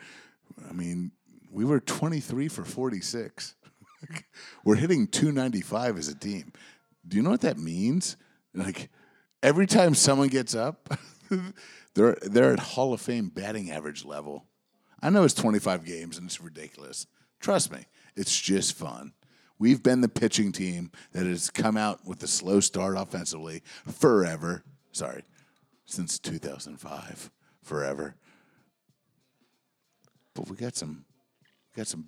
Speaker 3: I mean, we were 23 for 46. (laughs) we're hitting 295 as a team. Do you know what that means? Like every time someone gets up, (laughs) they're they're at Hall of Fame batting average level. I know it's 25 games and it's ridiculous. Trust me, it's just fun. We've been the pitching team that has come out with a slow start offensively forever. Sorry, since 2005, forever. But we got some, we got some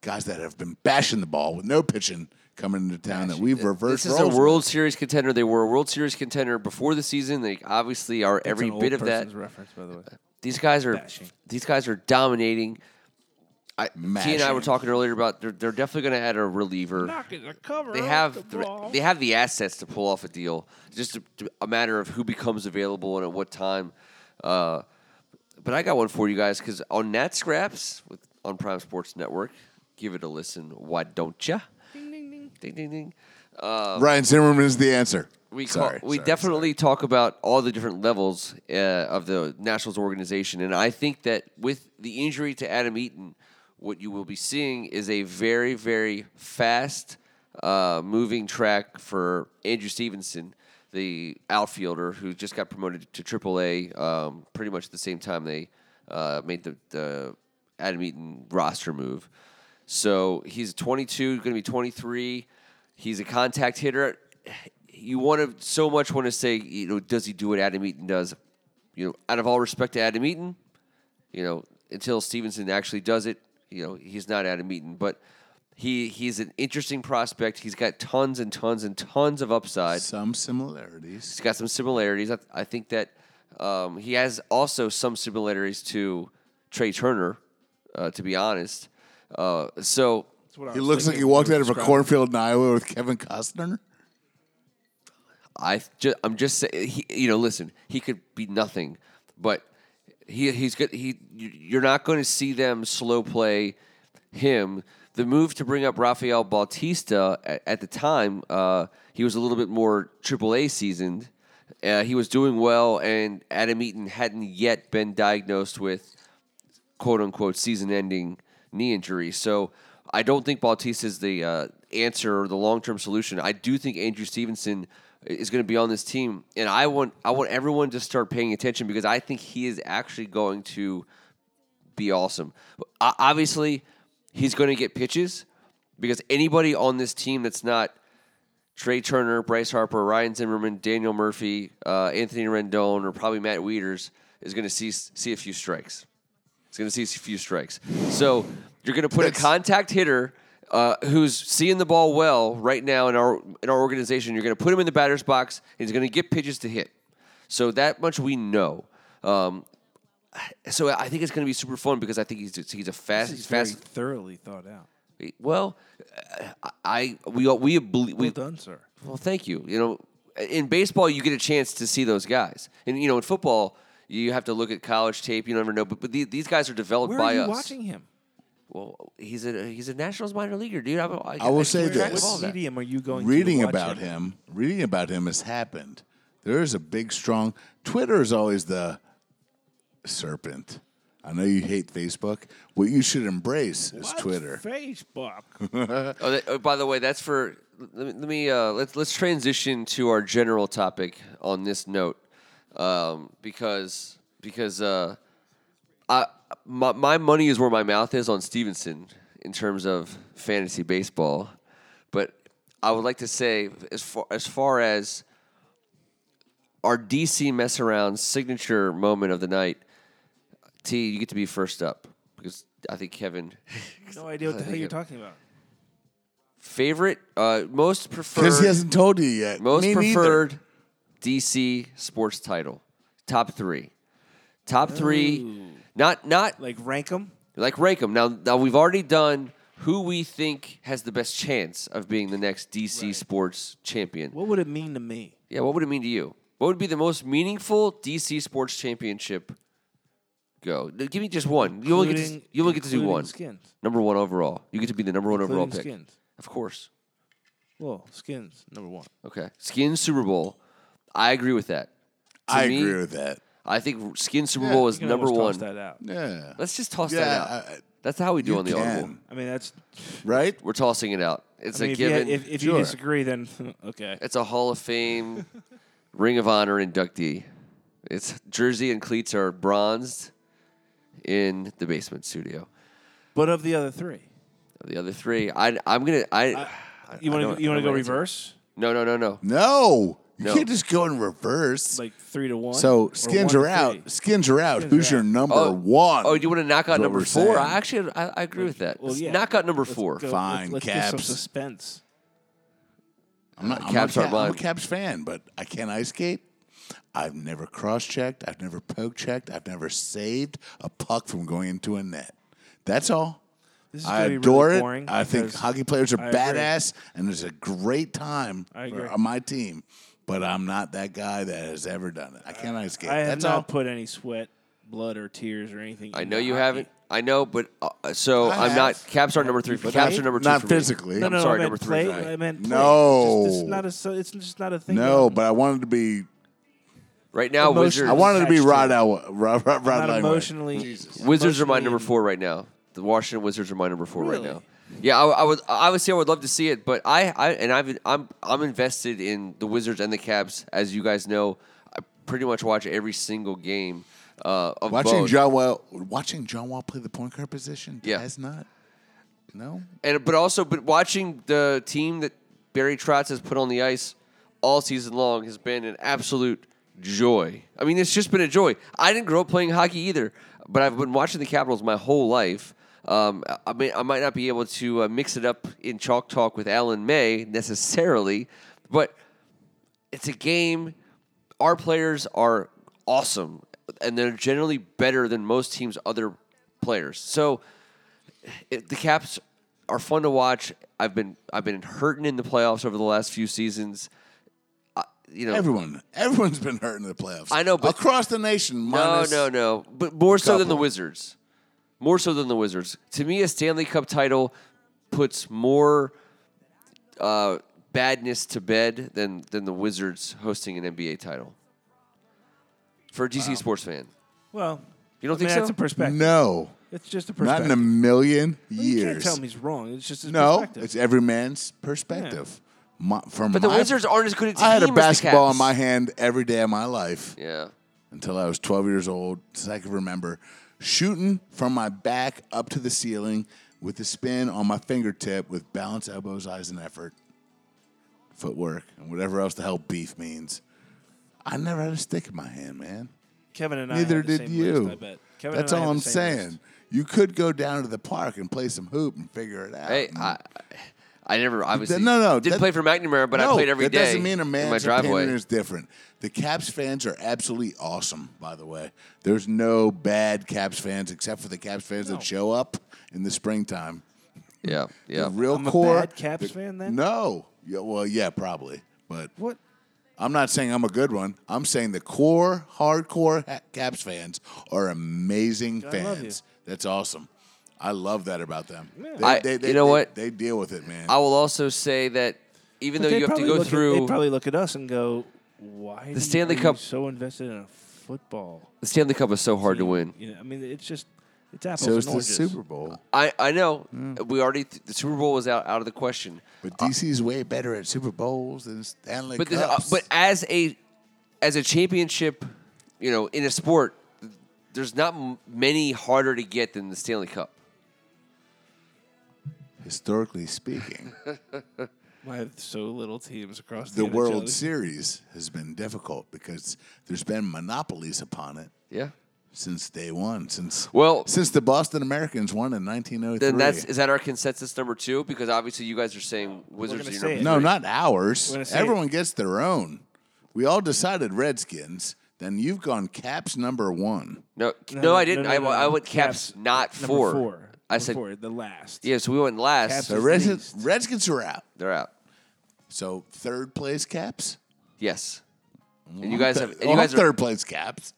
Speaker 3: guys that have been bashing the ball with no pitching coming into town that we've reversed.
Speaker 1: This is a
Speaker 3: roles with.
Speaker 1: World Series contender. They were a World Series contender before the season. They obviously are every
Speaker 2: an old
Speaker 1: bit of that.
Speaker 2: person's Reference,
Speaker 1: (laughs)
Speaker 2: by the way.
Speaker 1: These guys are
Speaker 2: Bashing.
Speaker 1: these guys are dominating. I, T and I were
Speaker 3: Mashing.
Speaker 1: talking earlier about they're, they're definitely going to add a reliever.
Speaker 2: Knocking the cover.
Speaker 1: they
Speaker 2: off
Speaker 1: have
Speaker 2: the
Speaker 1: the,
Speaker 2: ball.
Speaker 1: they have the assets to pull off a deal. Just a, a matter of who becomes available and at what time. Uh, but I got one for you guys because on Nat Scraps with on Prime Sports Network, give it a listen. Why don't ya? Ding ding ding ding ding.
Speaker 3: Ryan Zimmerman is the answer.
Speaker 1: We call,
Speaker 3: sorry,
Speaker 1: we
Speaker 3: sorry,
Speaker 1: definitely talk about all the different levels uh, of the Nationals organization, and I think that with the injury to Adam Eaton, what you will be seeing is a very very fast uh, moving track for Andrew Stevenson, the outfielder who just got promoted to AAA um, pretty much at the same time they uh, made the, the Adam Eaton roster move. So he's 22, going to be 23. He's a contact hitter. You want to so much want to say, you know, does he do what Adam Eaton does? You know, out of all respect to Adam Eaton, you know, until Stevenson actually does it, you know, he's not Adam Eaton, but he he's an interesting prospect. He's got tons and tons and tons of upside.
Speaker 3: sorry. Some similarities.
Speaker 1: He's got some similarities. I, I think that um, he has also some similarities to Trey Turner, uh, to be honest. Uh, so
Speaker 2: That's what I
Speaker 3: He
Speaker 2: was
Speaker 3: looks like he
Speaker 2: thinking
Speaker 3: walked
Speaker 2: when you
Speaker 3: out of a
Speaker 2: described
Speaker 3: cornfield in Iowa with Kevin Costner.
Speaker 1: I ju- I'm just saying, he, you know, listen, he could be nothing, but he he's good. He you- you're not going to see them slow play him. The move to bring up Rafael Bautista at, at the time, uh, he was a little bit more AAA seasoned. Uh, he was doing well, and Adam Eaton hadn't yet been diagnosed with quote unquote season ending knee injury. So I don't think Bautista is the uh, answer or the long term solution. I do think Andrew Stevenson is going to be on this team, and I want I want everyone to start paying attention because I think he is actually going to be awesome. O- Obviously, he's going to get pitches because anybody on this team that's not Trey Turner, Bryce Harper, Ryan Zimmerman, Daniel Murphy, uh, Anthony Rendon, or probably Matt Wieters is going to see see a few strikes. He's going to see a few strikes. So you're going to put a contact hitter uh, who's seeing the ball well right now in our in our organization. You're going to put him in the batter's box. And he's going to get pitches to hit. So that much we know. Um, so I think it's going to be super fun because I think he's he's a fast he's
Speaker 2: This is very
Speaker 1: fast.
Speaker 2: thoroughly thought out.
Speaker 1: Well, I, I we all- we we,
Speaker 2: Well
Speaker 1: we
Speaker 2: done, sir.
Speaker 1: well, thank you. You know, in baseball, you get a chance to see those guys, and you know, in football, you have to look at college tape. You never know, but, but the- these guys are developed
Speaker 2: Where
Speaker 1: by
Speaker 2: are you
Speaker 1: us.
Speaker 2: watching him?
Speaker 1: Well, he's a he's a Nationals minor leaguer, dude. I, I,
Speaker 3: I will
Speaker 1: I
Speaker 3: say
Speaker 1: keep track of
Speaker 3: this.
Speaker 1: all that.
Speaker 2: medium are you going
Speaker 3: reading
Speaker 2: to watch
Speaker 3: about him. reading about him has happened. There is a big, strong. Twitter is always the serpent. I know you hate Facebook. What you should embrace is
Speaker 2: Watch
Speaker 3: Twitter. (laughs)
Speaker 2: Facebook.
Speaker 1: Oh, that, oh, by the way, that's for. Let me, let me uh, let's let's transition to our general topic on this note, um, because because uh, I my, my money is where my mouth is on Stevenson, in terms of fantasy baseball, but I would like to say as far as far as our DC mess around signature moment of the night, T, you get to be first up because I think Kevin
Speaker 2: No idea what the
Speaker 1: I
Speaker 2: hell
Speaker 1: think
Speaker 2: you're
Speaker 1: it-
Speaker 2: talking about.
Speaker 1: favorite uh, most preferred
Speaker 3: Because he hasn't told you yet.
Speaker 1: most
Speaker 3: Me neither.
Speaker 1: preferred DC sports title top three, top three. Not not
Speaker 2: Like rank them.
Speaker 1: like rank them. Now, now we've already done who we think has the best chance of being the next DC sports champion.
Speaker 2: What would it mean to me?
Speaker 1: Yeah, what would it mean to you? What would be the most meaningful DC sports championship? Go. Th- Give me just one. You only get to,
Speaker 2: Including-
Speaker 1: you only get to do
Speaker 2: including
Speaker 1: one.
Speaker 2: Skins.
Speaker 1: Number one overall. You get to be the number one overall
Speaker 2: Including
Speaker 1: pick.
Speaker 2: skins.
Speaker 1: Of course.
Speaker 2: Well, skins number one.
Speaker 1: Okay. Skin Super Bowl. I agree with that. To
Speaker 3: I
Speaker 1: me,
Speaker 3: agree with that.
Speaker 1: I think Skin Super
Speaker 3: Yeah,
Speaker 1: Bowl
Speaker 3: you
Speaker 1: is
Speaker 2: You can
Speaker 1: number
Speaker 2: almost
Speaker 1: one.
Speaker 2: toss that out.
Speaker 3: Yeah.
Speaker 1: Let's just toss that
Speaker 3: Yeah,
Speaker 1: out.
Speaker 3: I- I-
Speaker 1: That's how we do
Speaker 3: You
Speaker 1: on the audible.
Speaker 3: can,
Speaker 2: I mean, that's
Speaker 3: right?
Speaker 1: We're tossing it out. It's
Speaker 2: I mean,
Speaker 1: a
Speaker 2: if, you,
Speaker 1: given.
Speaker 2: if, if
Speaker 3: Sure.
Speaker 2: you disagree, then (laughs) okay.
Speaker 1: It's a Hall of Fame, Ring of Honor inductee. Its jersey and cleats are bronzed in the basement studio.
Speaker 2: But of the other three,
Speaker 1: The other three, I, I'm gonna. I, I- I
Speaker 2: you want
Speaker 1: don't-
Speaker 2: to
Speaker 1: I
Speaker 2: you want
Speaker 1: don't
Speaker 2: to go
Speaker 1: know my answer.
Speaker 2: reverse,
Speaker 1: No, no, no, no.
Speaker 3: No. You
Speaker 1: No.
Speaker 3: can't just go in reverse.
Speaker 2: like three to one.
Speaker 3: so
Speaker 2: or
Speaker 3: skins
Speaker 2: one
Speaker 3: are
Speaker 2: to
Speaker 3: out.
Speaker 2: three?
Speaker 3: Skins are out. Who's
Speaker 2: are
Speaker 3: your
Speaker 2: out.
Speaker 3: number
Speaker 1: Oh.
Speaker 3: one?
Speaker 1: Oh, you want to knock out
Speaker 3: what
Speaker 1: number
Speaker 3: we're
Speaker 1: four?
Speaker 3: saying.
Speaker 1: I actually, I, I agree with that.
Speaker 2: Well,
Speaker 1: Let's
Speaker 2: yeah.
Speaker 1: Knock out number
Speaker 2: Let's
Speaker 1: four.
Speaker 2: go- Let's,
Speaker 3: Fine,
Speaker 2: let's give
Speaker 3: Caps.
Speaker 2: some suspense.
Speaker 3: I'm not. I'm,
Speaker 1: Caps
Speaker 3: a,
Speaker 1: aren't
Speaker 3: Ca- I'm a
Speaker 1: mine.
Speaker 3: Caps fan, but I can't ice skate. I've never cross checked. I've never poke checked. I've never saved a puck from going into a net. That's all.
Speaker 2: This is
Speaker 3: I
Speaker 2: gonna be
Speaker 3: adore
Speaker 2: really
Speaker 3: it.
Speaker 2: boring
Speaker 3: I think
Speaker 2: because-
Speaker 3: hockey players are
Speaker 2: I agree.
Speaker 3: badass, and it's a great time
Speaker 2: I
Speaker 3: for
Speaker 2: agree.
Speaker 3: my team. But I'm not that guy that has ever done it. I can't ice skate.
Speaker 2: I have
Speaker 3: That's
Speaker 2: not
Speaker 3: all.
Speaker 2: put any sweat, blood, or tears or anything.
Speaker 1: I
Speaker 2: into
Speaker 1: know you
Speaker 2: hockey.
Speaker 1: haven't. I know, but uh, so
Speaker 3: e-, I
Speaker 1: I'm not.
Speaker 3: have.
Speaker 1: Caps are number three.
Speaker 3: But
Speaker 1: caps
Speaker 3: I-
Speaker 1: are number two.
Speaker 3: not
Speaker 1: for me.
Speaker 3: physically.
Speaker 2: No,
Speaker 1: I'm
Speaker 2: no,
Speaker 1: sorry,
Speaker 2: I
Speaker 1: number
Speaker 2: meant
Speaker 1: three.
Speaker 2: play.
Speaker 1: for me.
Speaker 2: I meant play.
Speaker 3: No.
Speaker 2: It's just, it's not a. so- It's just not a thing.
Speaker 3: No,
Speaker 2: that-
Speaker 3: but I wanted to be.
Speaker 1: Right now,
Speaker 2: Emotion-
Speaker 1: Wizards.
Speaker 3: I wanted to be
Speaker 2: Attached to
Speaker 3: Rod Al. Rod, Rod, Rod
Speaker 2: not
Speaker 3: Langway.
Speaker 2: emotionally.
Speaker 1: Wizards are my
Speaker 2: emotionally
Speaker 1: number
Speaker 2: and-
Speaker 1: four right now. The Washington Wizards are my number four
Speaker 2: Really?
Speaker 1: right now. Yeah, I, I would. I would say I would love to see it, but I, I and I've, I'm, I'm invested in the Wizards and the Caps. As you guys know, I pretty much watch every single game uh, of
Speaker 3: Watching
Speaker 1: both.
Speaker 3: John Wall, watching John Wall play the point guard position
Speaker 1: Yeah.
Speaker 3: has not. No,
Speaker 1: and but also, but watching the team that Barry Trotz has put on the ice all season long has been an absolute joy. I mean, it's just been a joy. I didn't grow up playing hockey either, but I've been watching the Capitals my whole life. Um, I- I mean, I might not be able to uh, mix it up in chalk talk with Alan May necessarily, but it's a game. Our players are awesome, and they're generally better than most teams' other players. So it, the Caps are fun to watch. I've been I've been hurting in the playoffs over the last few seasons. I, you know,
Speaker 3: everyone, everyone's been hurt in the playoffs.
Speaker 1: I know, but-
Speaker 3: across the nation,
Speaker 1: no,
Speaker 3: minus
Speaker 1: no, no, but more so than the
Speaker 3: couple.
Speaker 1: Wizards. More so than the Wizards. To me, a Stanley Cup title puts more uh, badness to bed than than the Wizards hosting an NBA title. For a DC sports fan,
Speaker 2: Well,
Speaker 1: You don't
Speaker 2: I
Speaker 1: think
Speaker 2: mean,
Speaker 1: so?
Speaker 2: That's a perspective.
Speaker 3: no,
Speaker 2: It's just a
Speaker 3: not
Speaker 2: perspective.
Speaker 3: in a million
Speaker 2: Well,
Speaker 3: years.
Speaker 2: You can't tell me he's wrong. It's just his
Speaker 3: no,
Speaker 2: perspective.
Speaker 3: it's every man's perspective. My, from
Speaker 1: but the
Speaker 3: my-
Speaker 1: Wizards aren't as good a team.
Speaker 3: I had
Speaker 1: as the
Speaker 3: a basketball
Speaker 1: Caps.
Speaker 3: in my hand every day of my life
Speaker 1: Yeah,
Speaker 3: until I was 12 years old, since I can remember, shooting from my back up to the ceiling with the spin on my fingertip with balance, elbows, eyes, and effort, footwork, and whatever else the hell beef means. I never had a stick in my hand, man.
Speaker 2: Kevin and I.
Speaker 3: Neither
Speaker 2: had the
Speaker 3: did
Speaker 2: same
Speaker 3: you.
Speaker 2: List, I bet. Kevin
Speaker 3: That's
Speaker 2: and I
Speaker 3: all
Speaker 2: had
Speaker 3: I'm
Speaker 2: the same list.
Speaker 3: saying. You could go down to the park and play some hoop and figure it out.
Speaker 1: Hey,
Speaker 3: And-
Speaker 1: I, I never obviously
Speaker 3: no, no,
Speaker 1: didn't
Speaker 3: that-
Speaker 1: play for McNamara, but I
Speaker 3: No,
Speaker 1: played every
Speaker 3: that
Speaker 1: day.
Speaker 3: doesn't mean a
Speaker 1: in my
Speaker 3: man's
Speaker 1: driveway.
Speaker 3: opinion is different. The Caps fans are absolutely awesome, by the way. There's no bad Caps fans except for the Caps fans
Speaker 2: No.
Speaker 3: that show up in the springtime.
Speaker 1: yeah, yeah.
Speaker 3: The real
Speaker 2: I'm a
Speaker 3: core
Speaker 2: bad Caps fan then?
Speaker 3: No. Yeah, well, yeah, probably. But
Speaker 2: What?
Speaker 3: I'm not saying I'm a good one. I'm saying the core, hardcore ha- Caps fans are amazing
Speaker 2: I love you.
Speaker 3: fans. That's awesome. I love that about them. They,
Speaker 1: I-
Speaker 3: they- they-
Speaker 1: you know
Speaker 3: they-
Speaker 1: what?
Speaker 3: They deal with it, man.
Speaker 1: I will also say that even
Speaker 2: But
Speaker 1: though
Speaker 2: they
Speaker 1: you have to
Speaker 2: probably
Speaker 1: go
Speaker 2: look at-
Speaker 1: through
Speaker 2: they probably look at us and go, "Why do you-
Speaker 1: Stanley
Speaker 2: are you
Speaker 1: Cup-
Speaker 2: so invested in a football?
Speaker 1: the Stanley Cup is so hard to win.
Speaker 2: You know, I mean, it's just it's apples
Speaker 3: so
Speaker 2: and
Speaker 3: it's the
Speaker 2: oranges.
Speaker 3: Super Bowl.
Speaker 1: I, I know we already th- the Super Bowl was out, out of the question,
Speaker 3: But DC's way better at Super Bowls than Stanley
Speaker 1: Uh, but this, uh,
Speaker 3: Cups.
Speaker 1: but as a as a championship, you know, in a sport, there's not m- many harder to get than the Stanley Cup. (laughs)
Speaker 3: historically speaking,
Speaker 2: Why have so little teams across the,
Speaker 3: the
Speaker 2: NHL?
Speaker 3: World Series has been difficult because there's been monopolies upon it
Speaker 1: Yeah.
Speaker 3: since day one. Since
Speaker 1: Well-
Speaker 3: since the Boston Americans won in 1903.
Speaker 1: Then that's is that our consensus number two? Because obviously you guys are saying Wizards
Speaker 2: gonna
Speaker 1: are your
Speaker 2: say
Speaker 1: number
Speaker 2: it.
Speaker 3: no,
Speaker 2: Right.
Speaker 3: not ours.
Speaker 2: We're gonna say-
Speaker 3: Everyone gets their own. We all decided Redskins. Then you've gone Caps number one.
Speaker 1: No, no, I didn't. I, I went Caps, not
Speaker 2: number
Speaker 1: four.
Speaker 2: four.
Speaker 1: I
Speaker 2: Number
Speaker 1: said
Speaker 2: four, the last.
Speaker 1: yeah, so we went last.
Speaker 2: Caps
Speaker 3: The
Speaker 2: is
Speaker 3: Redskins,
Speaker 2: least.
Speaker 3: Redskins are out.
Speaker 1: They're out.
Speaker 3: So third place Caps.
Speaker 1: Yes. And you guys have. And
Speaker 3: Well,
Speaker 1: you guys are.
Speaker 3: third place Caps.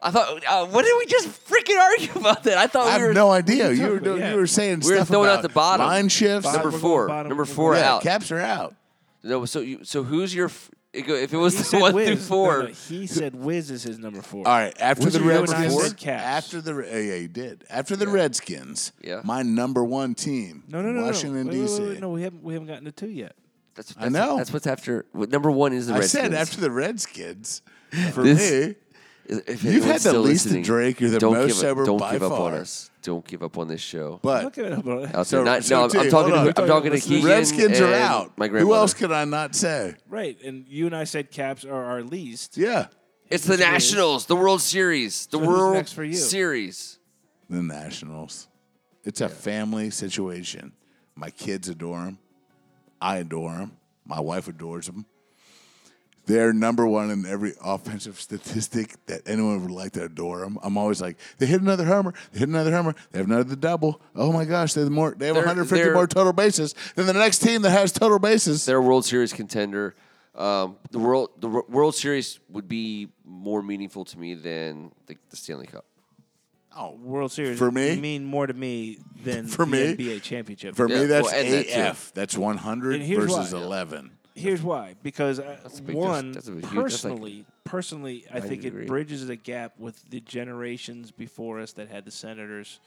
Speaker 1: I thought. Uh, what did we just freaking argue about? That I thought
Speaker 2: Oh,
Speaker 3: I
Speaker 1: we were
Speaker 3: have no
Speaker 2: you
Speaker 3: idea. You were
Speaker 2: talking about?
Speaker 3: doing-
Speaker 2: Yeah.
Speaker 3: you were saying
Speaker 1: We were
Speaker 3: stuff
Speaker 1: throwing out
Speaker 3: about
Speaker 1: the bottom.
Speaker 3: line shifts.
Speaker 1: number
Speaker 2: We're going
Speaker 1: four.
Speaker 2: bottom,
Speaker 1: number
Speaker 2: we're
Speaker 1: four
Speaker 2: going-
Speaker 3: yeah,
Speaker 1: out.
Speaker 3: Caps are out.
Speaker 1: no, so you, so who's your? f- If it was (laughs)
Speaker 2: He
Speaker 1: the
Speaker 2: said
Speaker 1: one
Speaker 2: Wiz.
Speaker 1: through
Speaker 2: No,
Speaker 1: four,
Speaker 2: no, he said Wiz is his number four.
Speaker 3: All right, after
Speaker 2: Which
Speaker 3: the
Speaker 2: you and I
Speaker 3: Redskins,
Speaker 2: said Caps.
Speaker 3: after the oh, yeah, you did. After the Redskins,
Speaker 1: Yeah.
Speaker 3: my number one team,
Speaker 2: No, no, no, no.
Speaker 3: Washington
Speaker 2: Wait, wait,
Speaker 3: D.C.
Speaker 2: wait, wait, no, we haven't we haven't gotten to two yet.
Speaker 1: that's, that's,
Speaker 3: I know.
Speaker 1: That's what's after. What, number one is the
Speaker 3: I
Speaker 1: Redskins.
Speaker 3: said after the Redskins. For
Speaker 1: This-
Speaker 3: me,
Speaker 1: If
Speaker 3: You've had
Speaker 1: anyone's
Speaker 3: the
Speaker 1: still
Speaker 3: least to
Speaker 1: listening,
Speaker 3: drink. You're the
Speaker 1: don't
Speaker 3: most
Speaker 1: give up-
Speaker 3: sober
Speaker 1: Don't
Speaker 3: by
Speaker 1: give up on
Speaker 3: far.
Speaker 1: us. Don't give up on this show.
Speaker 2: I'm not
Speaker 3: but
Speaker 2: giving up on it.
Speaker 1: Out
Speaker 3: So-
Speaker 1: there. Not-
Speaker 3: so
Speaker 1: no, I'm,
Speaker 3: T,
Speaker 1: I'm talking.
Speaker 3: hold
Speaker 1: To,
Speaker 3: on.
Speaker 1: I'm talking to
Speaker 2: Let's listen.
Speaker 1: Keegan
Speaker 3: Redskins are
Speaker 1: and
Speaker 3: out.
Speaker 1: My
Speaker 3: Who
Speaker 1: grandmother.
Speaker 3: else could I not say?
Speaker 2: Right, and you and I said Caps are our least.
Speaker 3: Yeah,
Speaker 1: It's the Nationals, the World Series, the
Speaker 2: So who's
Speaker 1: World
Speaker 2: next for you?
Speaker 1: Series.
Speaker 3: the Nationals. It's a family situation. My kids adore them. I adore them. My wife adores them. They're number one in every offensive statistic that anyone would like to adore them. I'm always like, they hit another homer, they hit another homer, they have another double. Oh my gosh, they have more. They have
Speaker 1: They're-
Speaker 3: 150
Speaker 1: they're-
Speaker 3: more total bases than the next team that has total bases.
Speaker 1: They're a World Series contender. Um, the world, the Wor- World Series would be more meaningful to me than the, the Stanley Cup.
Speaker 3: oh,
Speaker 2: World Series
Speaker 3: For me?
Speaker 2: mean more to me than
Speaker 3: For
Speaker 2: the
Speaker 3: me?
Speaker 2: NBA championship.
Speaker 3: For
Speaker 1: Yeah,
Speaker 3: me, that's
Speaker 1: well, and that too.
Speaker 3: AF. that's 100
Speaker 2: And here's
Speaker 3: versus
Speaker 2: why.
Speaker 3: 11.
Speaker 2: Here's why: because uh,
Speaker 1: a big-
Speaker 2: one,
Speaker 1: that's- that's a big- that's like
Speaker 2: personally, personally, I think
Speaker 1: degree.
Speaker 2: it bridges the gap with the generations before us that had the senators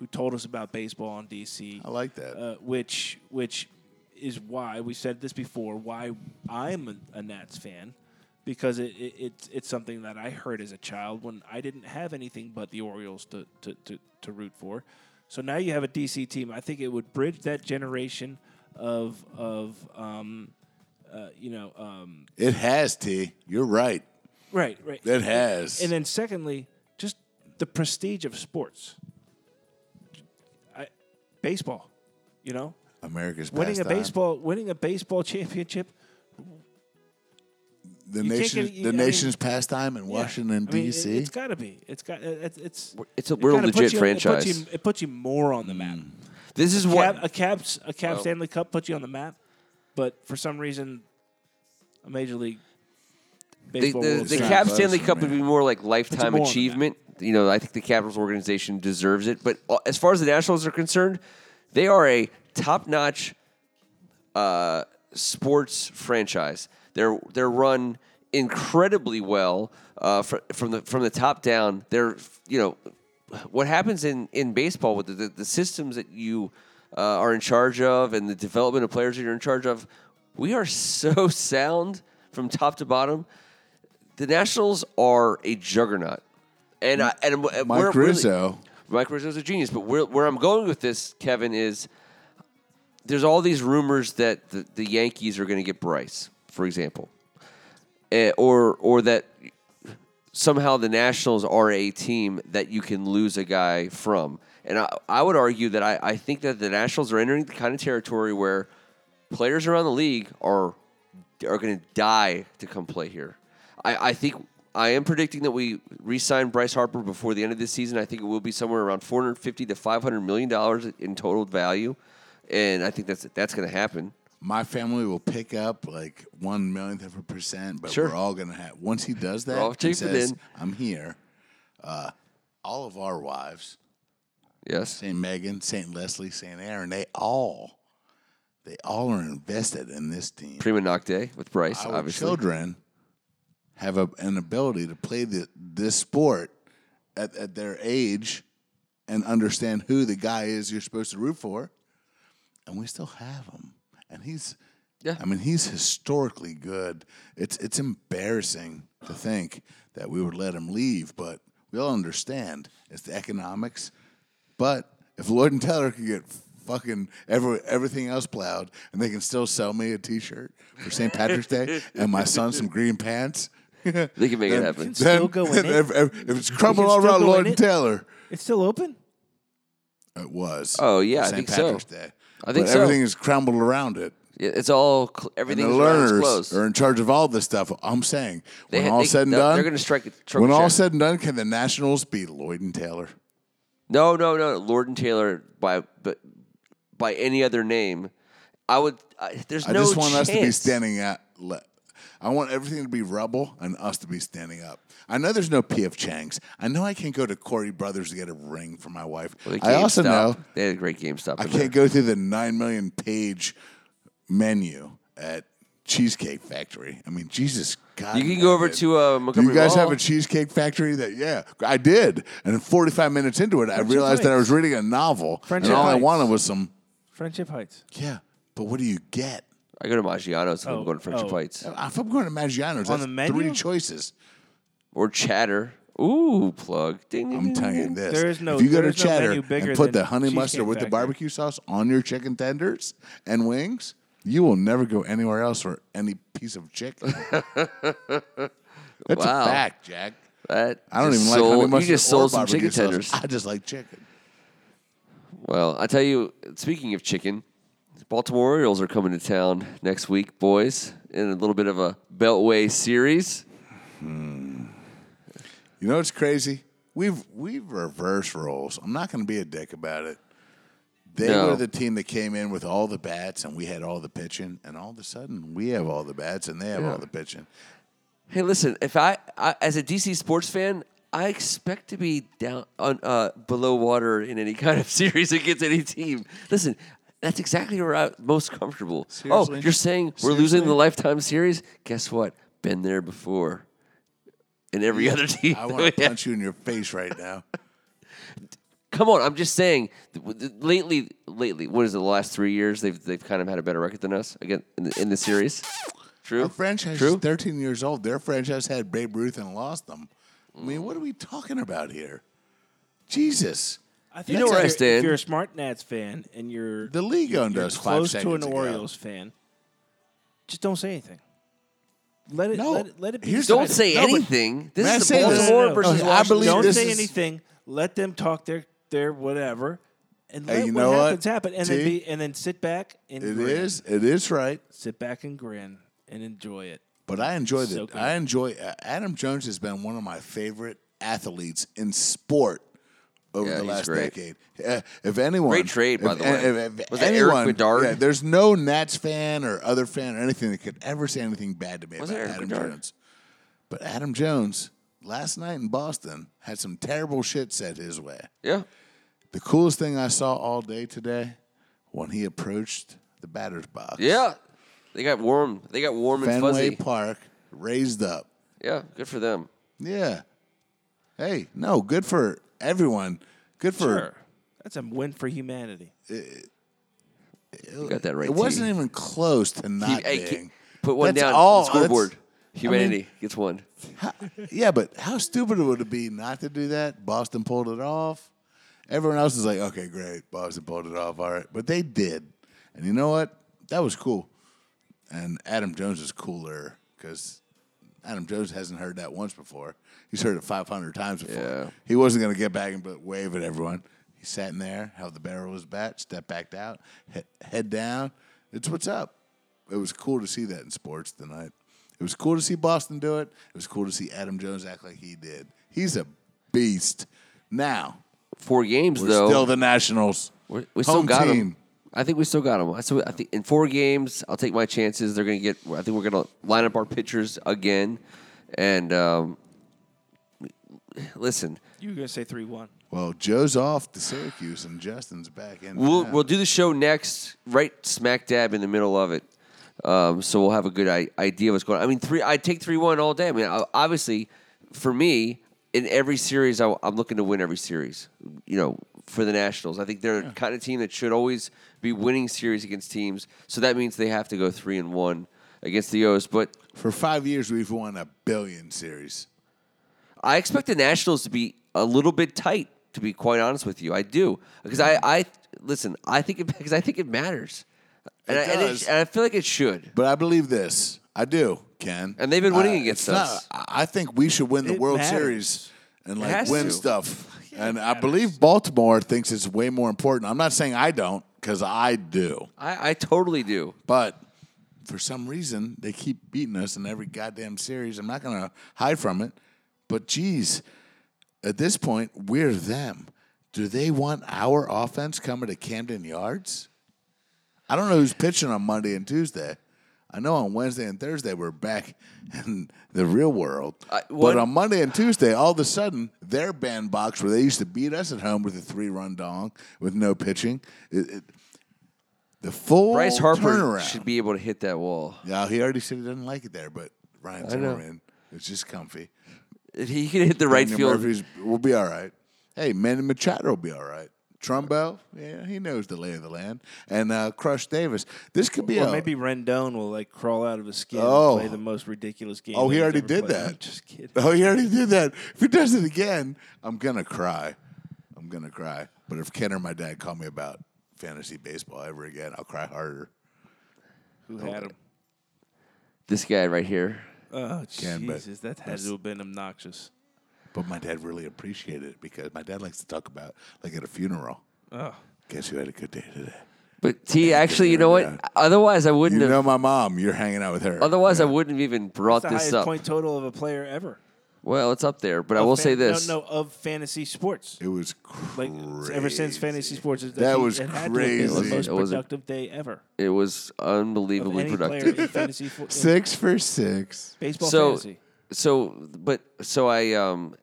Speaker 2: who told us about baseball in D.C.
Speaker 3: I like that.
Speaker 2: uh, which which is why we said this before. Why I'm a, a Nats fan because it, it it's it's something that I heard as a child when I didn't have anything but the Orioles to to, to, to root for. So now you have a DC team. I think it would bridge that generation of of um, uh, you know um,
Speaker 3: it has, T. You're right.
Speaker 2: right right
Speaker 3: It has.
Speaker 2: and then secondly, just the prestige of sports. I, baseball, you know,
Speaker 3: America's
Speaker 2: winning a
Speaker 3: pastime.
Speaker 2: baseball winning a baseball championship.
Speaker 3: the
Speaker 2: You can't
Speaker 3: nation's,
Speaker 2: get- you-
Speaker 3: the
Speaker 2: I mean-
Speaker 3: nation's pastime in
Speaker 2: yeah.
Speaker 3: (laughs) Washington
Speaker 2: I mean, it-
Speaker 3: D.C.
Speaker 2: It's got to be. It's got. It's it's.
Speaker 1: It's a-
Speaker 2: it
Speaker 1: we're a
Speaker 2: kinda
Speaker 1: legit
Speaker 2: puts you- it puts
Speaker 1: franchise.
Speaker 2: you- It puts, you, more on the map.
Speaker 3: Mm.
Speaker 1: This is
Speaker 2: Cap,
Speaker 1: what
Speaker 2: a Caps a Cap
Speaker 1: Well-
Speaker 2: Stanley Cup puts you on the map, but for some reason, a major league
Speaker 1: the,
Speaker 2: baseball
Speaker 1: the,
Speaker 2: World
Speaker 1: the
Speaker 2: Series-
Speaker 1: Cap
Speaker 3: Close,
Speaker 1: Stanley Cup would
Speaker 3: man.
Speaker 1: be more like lifetime
Speaker 2: more on that.
Speaker 1: achievement. You know, I think the Capitals organization deserves it. But uh, as far as the Nationals are concerned, they are a top-notch uh, sports franchise. They're they're run incredibly well uh, fr- from the from the top down. They're you know what happens in in baseball with the, the, the systems that you uh, are in charge of and the development of players that you're in charge of. We are so (laughs) sound from top to bottom. The Nationals are a juggernaut, and I, and Mike
Speaker 3: Mike Rizzo.
Speaker 1: Mike Rizzo's a genius. But where, where I'm going with this, Kevin, is there's all these rumors that the, the Yankees are going to get Bryce, for example, Eh, or or that somehow the Nationals are a team that you can lose a guy from. And I, I would argue that I, I think that the Nationals are entering the kind of territory where players around the league are are going to die to come play here. I, I think I am predicting that we re-sign Bryce Harper before the end of this season. I think it will be somewhere around 450 to 500 million dollars in total value, and I think that's that's going to happen.
Speaker 3: My family will pick up like one millionth of a percent, but
Speaker 1: Sure.
Speaker 3: we're all gonna have. Once he does that,
Speaker 1: all
Speaker 3: he
Speaker 1: cheap
Speaker 3: says,
Speaker 1: then.
Speaker 3: "I'm here." Uh, all of our wives,
Speaker 1: Yes,
Speaker 3: Saint Megan, Saint Leslie, Saint Aaron, they all, they all are invested in this team.
Speaker 1: prima nocte with Bryce,
Speaker 3: our
Speaker 1: obviously.
Speaker 3: children have a, an ability to play the, this sport at, at their age and understand who the guy is you're supposed to root for. And we still have him. And he's,
Speaker 1: Yeah.
Speaker 3: I mean, he's historically good. It's, it's embarrassing to think that we would let him leave, but we all understand it's the economics. But if Lord and Taylor could get fucking every, everything else plowed, and they can still sell me a T-shirt for St.
Speaker 1: (laughs)
Speaker 3: Patrick's Day and my son some green pants. they
Speaker 1: can make it happen.
Speaker 2: You can still go in it.
Speaker 3: (laughs) If, if- if it's crumbled all
Speaker 2: still
Speaker 3: around
Speaker 2: go in
Speaker 3: Lord and
Speaker 2: it.
Speaker 3: Taylor,
Speaker 2: It's still open.
Speaker 3: it was.
Speaker 1: Oh, yeah, I
Speaker 3: for St.
Speaker 1: think so.
Speaker 3: Patrick's Day.
Speaker 1: I think
Speaker 3: but
Speaker 1: so.
Speaker 3: Everything is crumbled around it.
Speaker 1: Yeah, It's all cl-
Speaker 3: And
Speaker 1: everything.
Speaker 3: the
Speaker 1: is around is
Speaker 3: learners
Speaker 1: closed.
Speaker 3: are in charge of all this stuff. I'm saying
Speaker 1: They
Speaker 3: when
Speaker 1: ha-
Speaker 3: all
Speaker 1: they-
Speaker 3: said and
Speaker 1: they're-
Speaker 3: done,
Speaker 1: they're gonna strike a trophy
Speaker 3: When all
Speaker 1: share.
Speaker 3: said and done, can the Nationals be Lloyd and Taylor?
Speaker 1: No, no, no. Lord and Taylor by but by any other name, I would. I, there's
Speaker 3: I
Speaker 1: no
Speaker 3: just want
Speaker 1: chance.
Speaker 3: us to be standing at. Le- I want everything to be rubble and us to be standing up. I know there's no P.F. Chang's. I know I can't go to Corey Brothers to get a ring for my wife.
Speaker 1: Well, the
Speaker 3: I also
Speaker 1: GameStop,
Speaker 3: know
Speaker 1: they had a great GameStop.
Speaker 3: I
Speaker 1: in
Speaker 3: can't go through the nine million page menu at Cheesecake Factory. I mean, Jesus God.
Speaker 1: there. You can
Speaker 3: man,
Speaker 1: go over
Speaker 3: dude.
Speaker 1: to uh,
Speaker 3: Do
Speaker 1: Montgomery
Speaker 3: you guys
Speaker 1: Mall.
Speaker 3: have a cheesecake factory? That yeah, I did. And 45 minutes into it, I
Speaker 2: Friendship
Speaker 3: realized that I
Speaker 2: Heights.
Speaker 3: was reading a novel,
Speaker 2: Friendship
Speaker 3: and all I
Speaker 2: Heights.
Speaker 3: wanted was some.
Speaker 2: Friendship Heights.
Speaker 3: Yeah, but what do you get?
Speaker 1: I go to Maggiano's if I'm
Speaker 2: Oh,
Speaker 1: going to Friendship
Speaker 2: oh.
Speaker 1: Heights
Speaker 3: If I'm going to Maggiano's,
Speaker 2: On
Speaker 3: that's
Speaker 2: the menu?
Speaker 3: three choices.
Speaker 1: or Chatter. Ooh, plug. Ding, ding,
Speaker 3: I'm
Speaker 1: ding,
Speaker 3: telling you
Speaker 1: ding.
Speaker 3: this.
Speaker 2: There is no-
Speaker 3: if you go
Speaker 2: there
Speaker 3: to
Speaker 2: is no
Speaker 3: Cheddar
Speaker 2: menu bigger
Speaker 3: and put
Speaker 2: than
Speaker 3: the honey
Speaker 2: Cheesecake
Speaker 3: mustard with the
Speaker 2: Factory.
Speaker 3: barbecue sauce on your chicken tenders and wings, you will never go anywhere else for any piece of (laughs) chicken. That's
Speaker 1: Wow.
Speaker 3: a fact, Jack.
Speaker 1: That
Speaker 3: I don't
Speaker 1: just
Speaker 3: even
Speaker 1: sold-
Speaker 3: like honey mustard
Speaker 1: You just
Speaker 3: or
Speaker 1: sold some
Speaker 3: barbecue
Speaker 1: chicken
Speaker 3: sauce.
Speaker 1: tenders.
Speaker 3: I just like chicken.
Speaker 1: Well, I tell you, speaking of chicken, the Baltimore Orioles are coming to town next week, boys, in a little bit of a Beltway series.
Speaker 3: You know what's crazy? We've we've reversed roles. I'm not going to be a dick about it. They
Speaker 1: No.
Speaker 3: were the team that came in with all the bats, and we had all the pitching, and all of a sudden we have all the bats, and they have all
Speaker 1: (laughs)
Speaker 3: the pitching.
Speaker 1: Hey, listen. If I, I as a DC sports fan, I expect to be down on uh, below water in any kind of (laughs) series against any team. Listen, that's exactly where I'm most comfortable. Oh,
Speaker 3: Seriously?
Speaker 1: you're saying we're losing the lifetime series? Guess what? Been there before. And every other (laughs) team.
Speaker 3: I want to punch you in your face right now.
Speaker 1: Come on, I'm just saying. th- th- Lately, lately, what is it? The last three years, they've they've kind of had a better record than us again in the, in the series. True.
Speaker 3: Our franchise
Speaker 1: True.
Speaker 3: is 13 years old. Their franchise had Babe Ruth and lost them. I mean, what are we talking about here? Jesus,
Speaker 2: I
Speaker 1: know where I
Speaker 2: if you're-
Speaker 1: stand.
Speaker 2: If you're a smart Nats fan and you're
Speaker 3: the league owned
Speaker 2: you're
Speaker 3: us five
Speaker 2: close to
Speaker 3: seconds
Speaker 2: an
Speaker 3: ago.
Speaker 2: Orioles fan, just don't say anything. Let it
Speaker 3: No.
Speaker 2: let, let it be.
Speaker 3: Here's-
Speaker 1: Don't
Speaker 2: decided.
Speaker 1: say
Speaker 3: No, but-
Speaker 1: anything. This
Speaker 3: May I
Speaker 1: is the
Speaker 3: say this?
Speaker 1: Baltimore
Speaker 2: No, no, no.
Speaker 1: versus
Speaker 3: Okay, I
Speaker 1: Washington.
Speaker 3: believe
Speaker 2: Don't
Speaker 3: this
Speaker 2: say
Speaker 3: is-
Speaker 2: anything. Let them talk their their whatever, and
Speaker 3: Hey,
Speaker 2: let
Speaker 3: you
Speaker 2: what
Speaker 3: know what,
Speaker 2: happens happen. And
Speaker 3: T?
Speaker 2: then be, and then sit back and
Speaker 3: It
Speaker 2: grin.
Speaker 3: is. It is right.
Speaker 2: sit back and grin and enjoy it.
Speaker 3: But I enjoy
Speaker 2: So
Speaker 3: that.
Speaker 2: good.
Speaker 3: I enjoy uh, Adam Jones has been one of my favorite athletes in sport over
Speaker 1: Yeah,
Speaker 3: the
Speaker 1: he's
Speaker 3: last
Speaker 1: great.
Speaker 3: decade. Uh, if anyone,
Speaker 1: Great trade, by
Speaker 3: if-
Speaker 1: the way.
Speaker 3: If, if
Speaker 1: Was that Eric
Speaker 3: anyone,
Speaker 1: Bedard?
Speaker 3: yeah, there's no Nats fan or other fan or anything that could ever say anything bad to me
Speaker 1: Was it
Speaker 3: about
Speaker 1: Eric
Speaker 3: Adam
Speaker 1: Bedard?
Speaker 3: Jones. But Adam Jones last night in Boston had some terrible shit said his way.
Speaker 1: Yeah.
Speaker 3: The coolest thing I saw all day today when he approached the batter's box.
Speaker 1: Yeah. They got warm. They got warm and
Speaker 3: Fenway
Speaker 1: fuzzy.
Speaker 3: Park raised up.
Speaker 1: Yeah, good for them.
Speaker 3: Yeah. Hey, no, good for everyone. Good for
Speaker 2: That's a win for humanity.
Speaker 1: You got that right.
Speaker 3: it. Wasn't
Speaker 1: T.
Speaker 3: even close to
Speaker 1: He-
Speaker 3: not
Speaker 1: hey, ki-
Speaker 3: being.
Speaker 1: Put one
Speaker 3: That's
Speaker 1: down.
Speaker 3: all-
Speaker 1: on the scoreboard.
Speaker 3: that's-
Speaker 1: Humanity gets one.
Speaker 3: Yeah, but how stupid would it be not to do that? Boston pulled it off. Everyone else is like, okay, great, Boston pulled it off. All right, but they did, and you know what? That was cool. And Adam Jones is cooler because Adam Jones hasn't heard that once before. He's heard it 500 times before.
Speaker 1: Yeah.
Speaker 3: He wasn't going to get back and but wave at everyone. He sat in there, held the barrel of his bat, stepped back out, he- head down. It's what's up. It was cool to see that in sports tonight. It was cool to see Boston do it. It was cool to see Adam Jones act like he did. He's a beast. Now,
Speaker 1: Four games
Speaker 3: we're
Speaker 1: though.
Speaker 3: still the Nationals.
Speaker 1: We're- we still
Speaker 3: Home
Speaker 1: got
Speaker 3: team.
Speaker 1: them. I think we still got them. So I think in four games, I'll take my chances. They're going to get. I think we're going to line up our pitchers again, and um, listen,
Speaker 2: You were gonna say three one.
Speaker 3: Well, Joe's off to Syracuse and Justin's back in.
Speaker 1: We'll
Speaker 3: town.
Speaker 1: we'll do the show next, right smack dab in the middle of it. Um, so we'll have a good I- idea what's going on. I mean, three. I take three one all day. I mean, I, obviously, for me, in every series, I, am looking to win every series. You know, for the Nationals, I think they're the kind of team that should always be winning series against teams. So that means they have to go three and one against the O's. But
Speaker 3: For five years, we've won a billion series.
Speaker 1: I expect the Nationals to be a little bit tight, to be quite honest with you. I do. Because I, I listen, I think it (laughs) because I think it matters, and,
Speaker 3: It
Speaker 1: I, and,
Speaker 3: does.
Speaker 1: sh- and I feel like it should.
Speaker 3: But I believe this. I do, Ken.
Speaker 1: And they've been winning
Speaker 3: I-
Speaker 1: against
Speaker 3: it's not-
Speaker 1: us.
Speaker 3: I I think we should win the
Speaker 2: It
Speaker 3: World
Speaker 2: matters.
Speaker 3: Series and like
Speaker 1: has
Speaker 3: win
Speaker 1: to.
Speaker 3: stuff. and I believe Baltimore thinks it's way more important. I'm not saying I don't, because I do.
Speaker 1: I, I totally do.
Speaker 3: But for some reason, they keep beating us in every goddamn series. I'm not going to hide from it. But geez, at this point, we're them. Do they want our offense coming to Camden Yards? I don't know who's pitching on Monday and Tuesday. I know on Wednesday and Thursday we're back (laughs) in the real world.
Speaker 1: I-
Speaker 3: but
Speaker 1: one-
Speaker 3: on Monday and Tuesday, all of a sudden, their bandbox where they used to beat us at home with a three run dong with no pitching. It, it, the full
Speaker 1: Bryce Harper
Speaker 3: turnaround.
Speaker 1: should be able to hit that wall.
Speaker 3: Yeah, he already said he doesn't like it there, but Ryan
Speaker 1: know.
Speaker 3: Zimmerman is just comfy.
Speaker 1: If he can hit the right
Speaker 3: Daniel
Speaker 1: field,
Speaker 3: Murphy's will be all right. Hey, Manny Machado will be all right. Trumbo, yeah, he knows the lay of the land. And uh, Crush Davis. This could be
Speaker 2: Or
Speaker 3: a,
Speaker 2: maybe Rendon will like crawl out of his skin
Speaker 3: Oh.
Speaker 2: and play the most ridiculous game.
Speaker 3: Oh, he
Speaker 2: that he's
Speaker 3: already
Speaker 2: ever
Speaker 3: did
Speaker 2: played.
Speaker 3: that.
Speaker 2: I'm (laughs) just kidding.
Speaker 3: Oh, he already did that. If he does it again, I'm gonna cry. I'm gonna cry. But if Ken or my dad call me about fantasy baseball ever again, I'll cry harder.
Speaker 2: Who had
Speaker 3: (laughs)
Speaker 2: him?
Speaker 1: this guy right here,
Speaker 2: Oh,
Speaker 3: Can, but
Speaker 2: Jesus, that had to have been obnoxious.
Speaker 3: But my dad really appreciated it because my dad likes to talk about like at a funeral.
Speaker 2: Oh,
Speaker 3: Guess who had a good day today?
Speaker 1: but he actually, you know
Speaker 3: Yeah.
Speaker 1: what? Otherwise, I
Speaker 3: You
Speaker 1: wouldn't have.
Speaker 3: know my mom. You're hanging out with her.
Speaker 1: Otherwise, I wouldn't have even brought
Speaker 2: that's the
Speaker 1: this
Speaker 2: highest
Speaker 1: up.
Speaker 2: point total of a player ever.
Speaker 1: Well, it's up there, but I
Speaker 2: Of
Speaker 1: will
Speaker 2: fan-
Speaker 1: say this.
Speaker 2: No, no, of fantasy sports.
Speaker 3: It was
Speaker 2: Like
Speaker 3: crazy.
Speaker 2: ever since fantasy sports, that,
Speaker 3: That was
Speaker 2: it had to have been
Speaker 3: crazy.
Speaker 2: the
Speaker 1: It
Speaker 2: most
Speaker 1: was a-
Speaker 2: productive day ever.
Speaker 1: It was
Speaker 2: of
Speaker 1: unbelievably
Speaker 2: any
Speaker 1: productive.
Speaker 2: player in fantasy
Speaker 3: (laughs)
Speaker 2: fo- in
Speaker 3: six for six.
Speaker 2: baseball
Speaker 1: so,
Speaker 2: fantasy.
Speaker 1: so, but so I um.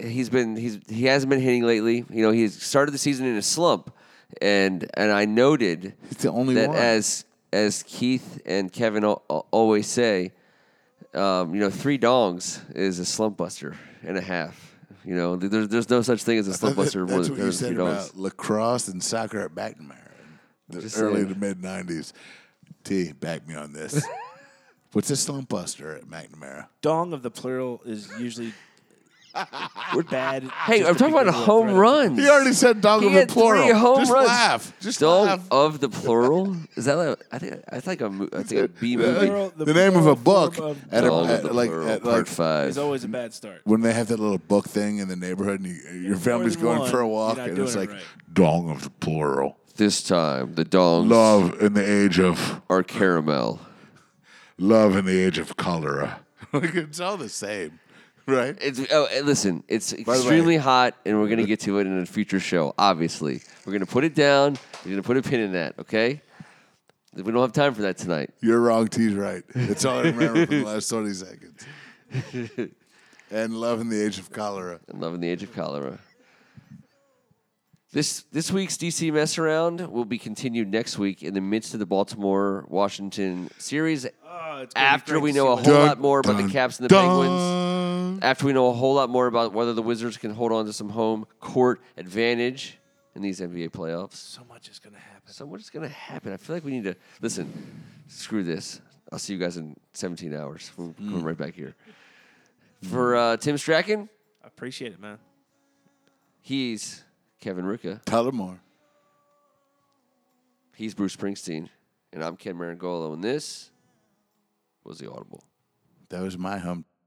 Speaker 1: He's been he's he hasn't been hitting lately. You know, he's started the season in a slump, and and I noted
Speaker 3: It's the only
Speaker 1: that
Speaker 3: one.
Speaker 1: as as Keith and Kevin al- al- always say, um, you know, three dongs is a slump buster and a half. You know, th- there's there's no such thing as a slump buster more
Speaker 3: That's
Speaker 1: than
Speaker 3: what you
Speaker 1: there's three
Speaker 3: said
Speaker 1: dongs.
Speaker 3: about lacrosse and soccer at McNamara, the
Speaker 1: Just
Speaker 3: early
Speaker 1: saying.
Speaker 3: to mid '90s. T, back me
Speaker 1: (laughs)
Speaker 3: on this. What's a slump buster at McNamara?
Speaker 2: Dong of the plural is
Speaker 3: (laughs)
Speaker 2: usually bad.
Speaker 1: Hey, I'm talking about home runs.
Speaker 3: He already said
Speaker 1: Hmm.
Speaker 3: dog
Speaker 1: He
Speaker 3: of the
Speaker 1: had
Speaker 3: plural.
Speaker 1: Three home
Speaker 3: Just
Speaker 1: runs.
Speaker 3: laugh. Just
Speaker 1: dog
Speaker 3: laugh.
Speaker 1: of the plural. Is that like I think that's like a mo- I think a B movie.
Speaker 2: plural-
Speaker 3: the,
Speaker 2: the
Speaker 3: name of
Speaker 2: plural
Speaker 3: a book
Speaker 2: form of
Speaker 3: at, a,
Speaker 1: Dog of
Speaker 3: at
Speaker 1: the
Speaker 3: like
Speaker 1: plural.
Speaker 3: at like
Speaker 1: part five.
Speaker 2: It's always a bad start.
Speaker 3: when they have that little book thing in the neighborhood and you, your family's
Speaker 2: than
Speaker 3: going
Speaker 2: one,
Speaker 3: for a
Speaker 2: you're
Speaker 3: walk
Speaker 2: not
Speaker 3: and
Speaker 2: doing
Speaker 3: it's
Speaker 2: it
Speaker 3: like
Speaker 2: right.
Speaker 3: dong of the plural.
Speaker 1: This time the dongs
Speaker 3: Love in the age of
Speaker 1: are caramel.
Speaker 3: love in the age of cholera. (laughs) Like, it's all the same, right?
Speaker 1: It's oh, and listen, it's
Speaker 3: way-
Speaker 1: extremely hot, and we're gonna get to it in a future show. Obviously, we're gonna put it down. We're gonna put a pin in that. Okay, we don't have time for that tonight.
Speaker 3: You're wrong, T's right. That's all I remember from the last
Speaker 2: (laughs)
Speaker 3: 20 seconds. and love in the age of cholera.
Speaker 1: I'm loving the age of cholera. This this week's DC mess around will be continued next week in the midst of the Baltimore Washington series.
Speaker 2: Oh, it's gonna be
Speaker 1: after
Speaker 2: great
Speaker 1: we
Speaker 2: to
Speaker 1: know a
Speaker 2: see
Speaker 1: whole
Speaker 2: what-
Speaker 1: lot more about the Caps and the Penguins.
Speaker 3: Penguins.
Speaker 1: After we know a whole lot more about whether the Wizards can hold on to some home court advantage in these NBA playoffs.
Speaker 2: So much is going to happen.
Speaker 1: So what's going to happen? I feel like we need to listen. Screw this. I'll see you guys in 17 hours. We're coming right back here. For uh, Tim Strachan,
Speaker 2: I appreciate it, man.
Speaker 1: he's Kevin Rucka.
Speaker 3: Tell her more.
Speaker 1: He's Bruce Springsteen, and I'm Ken Marangolo, and this was the Audible.
Speaker 3: That was my hump.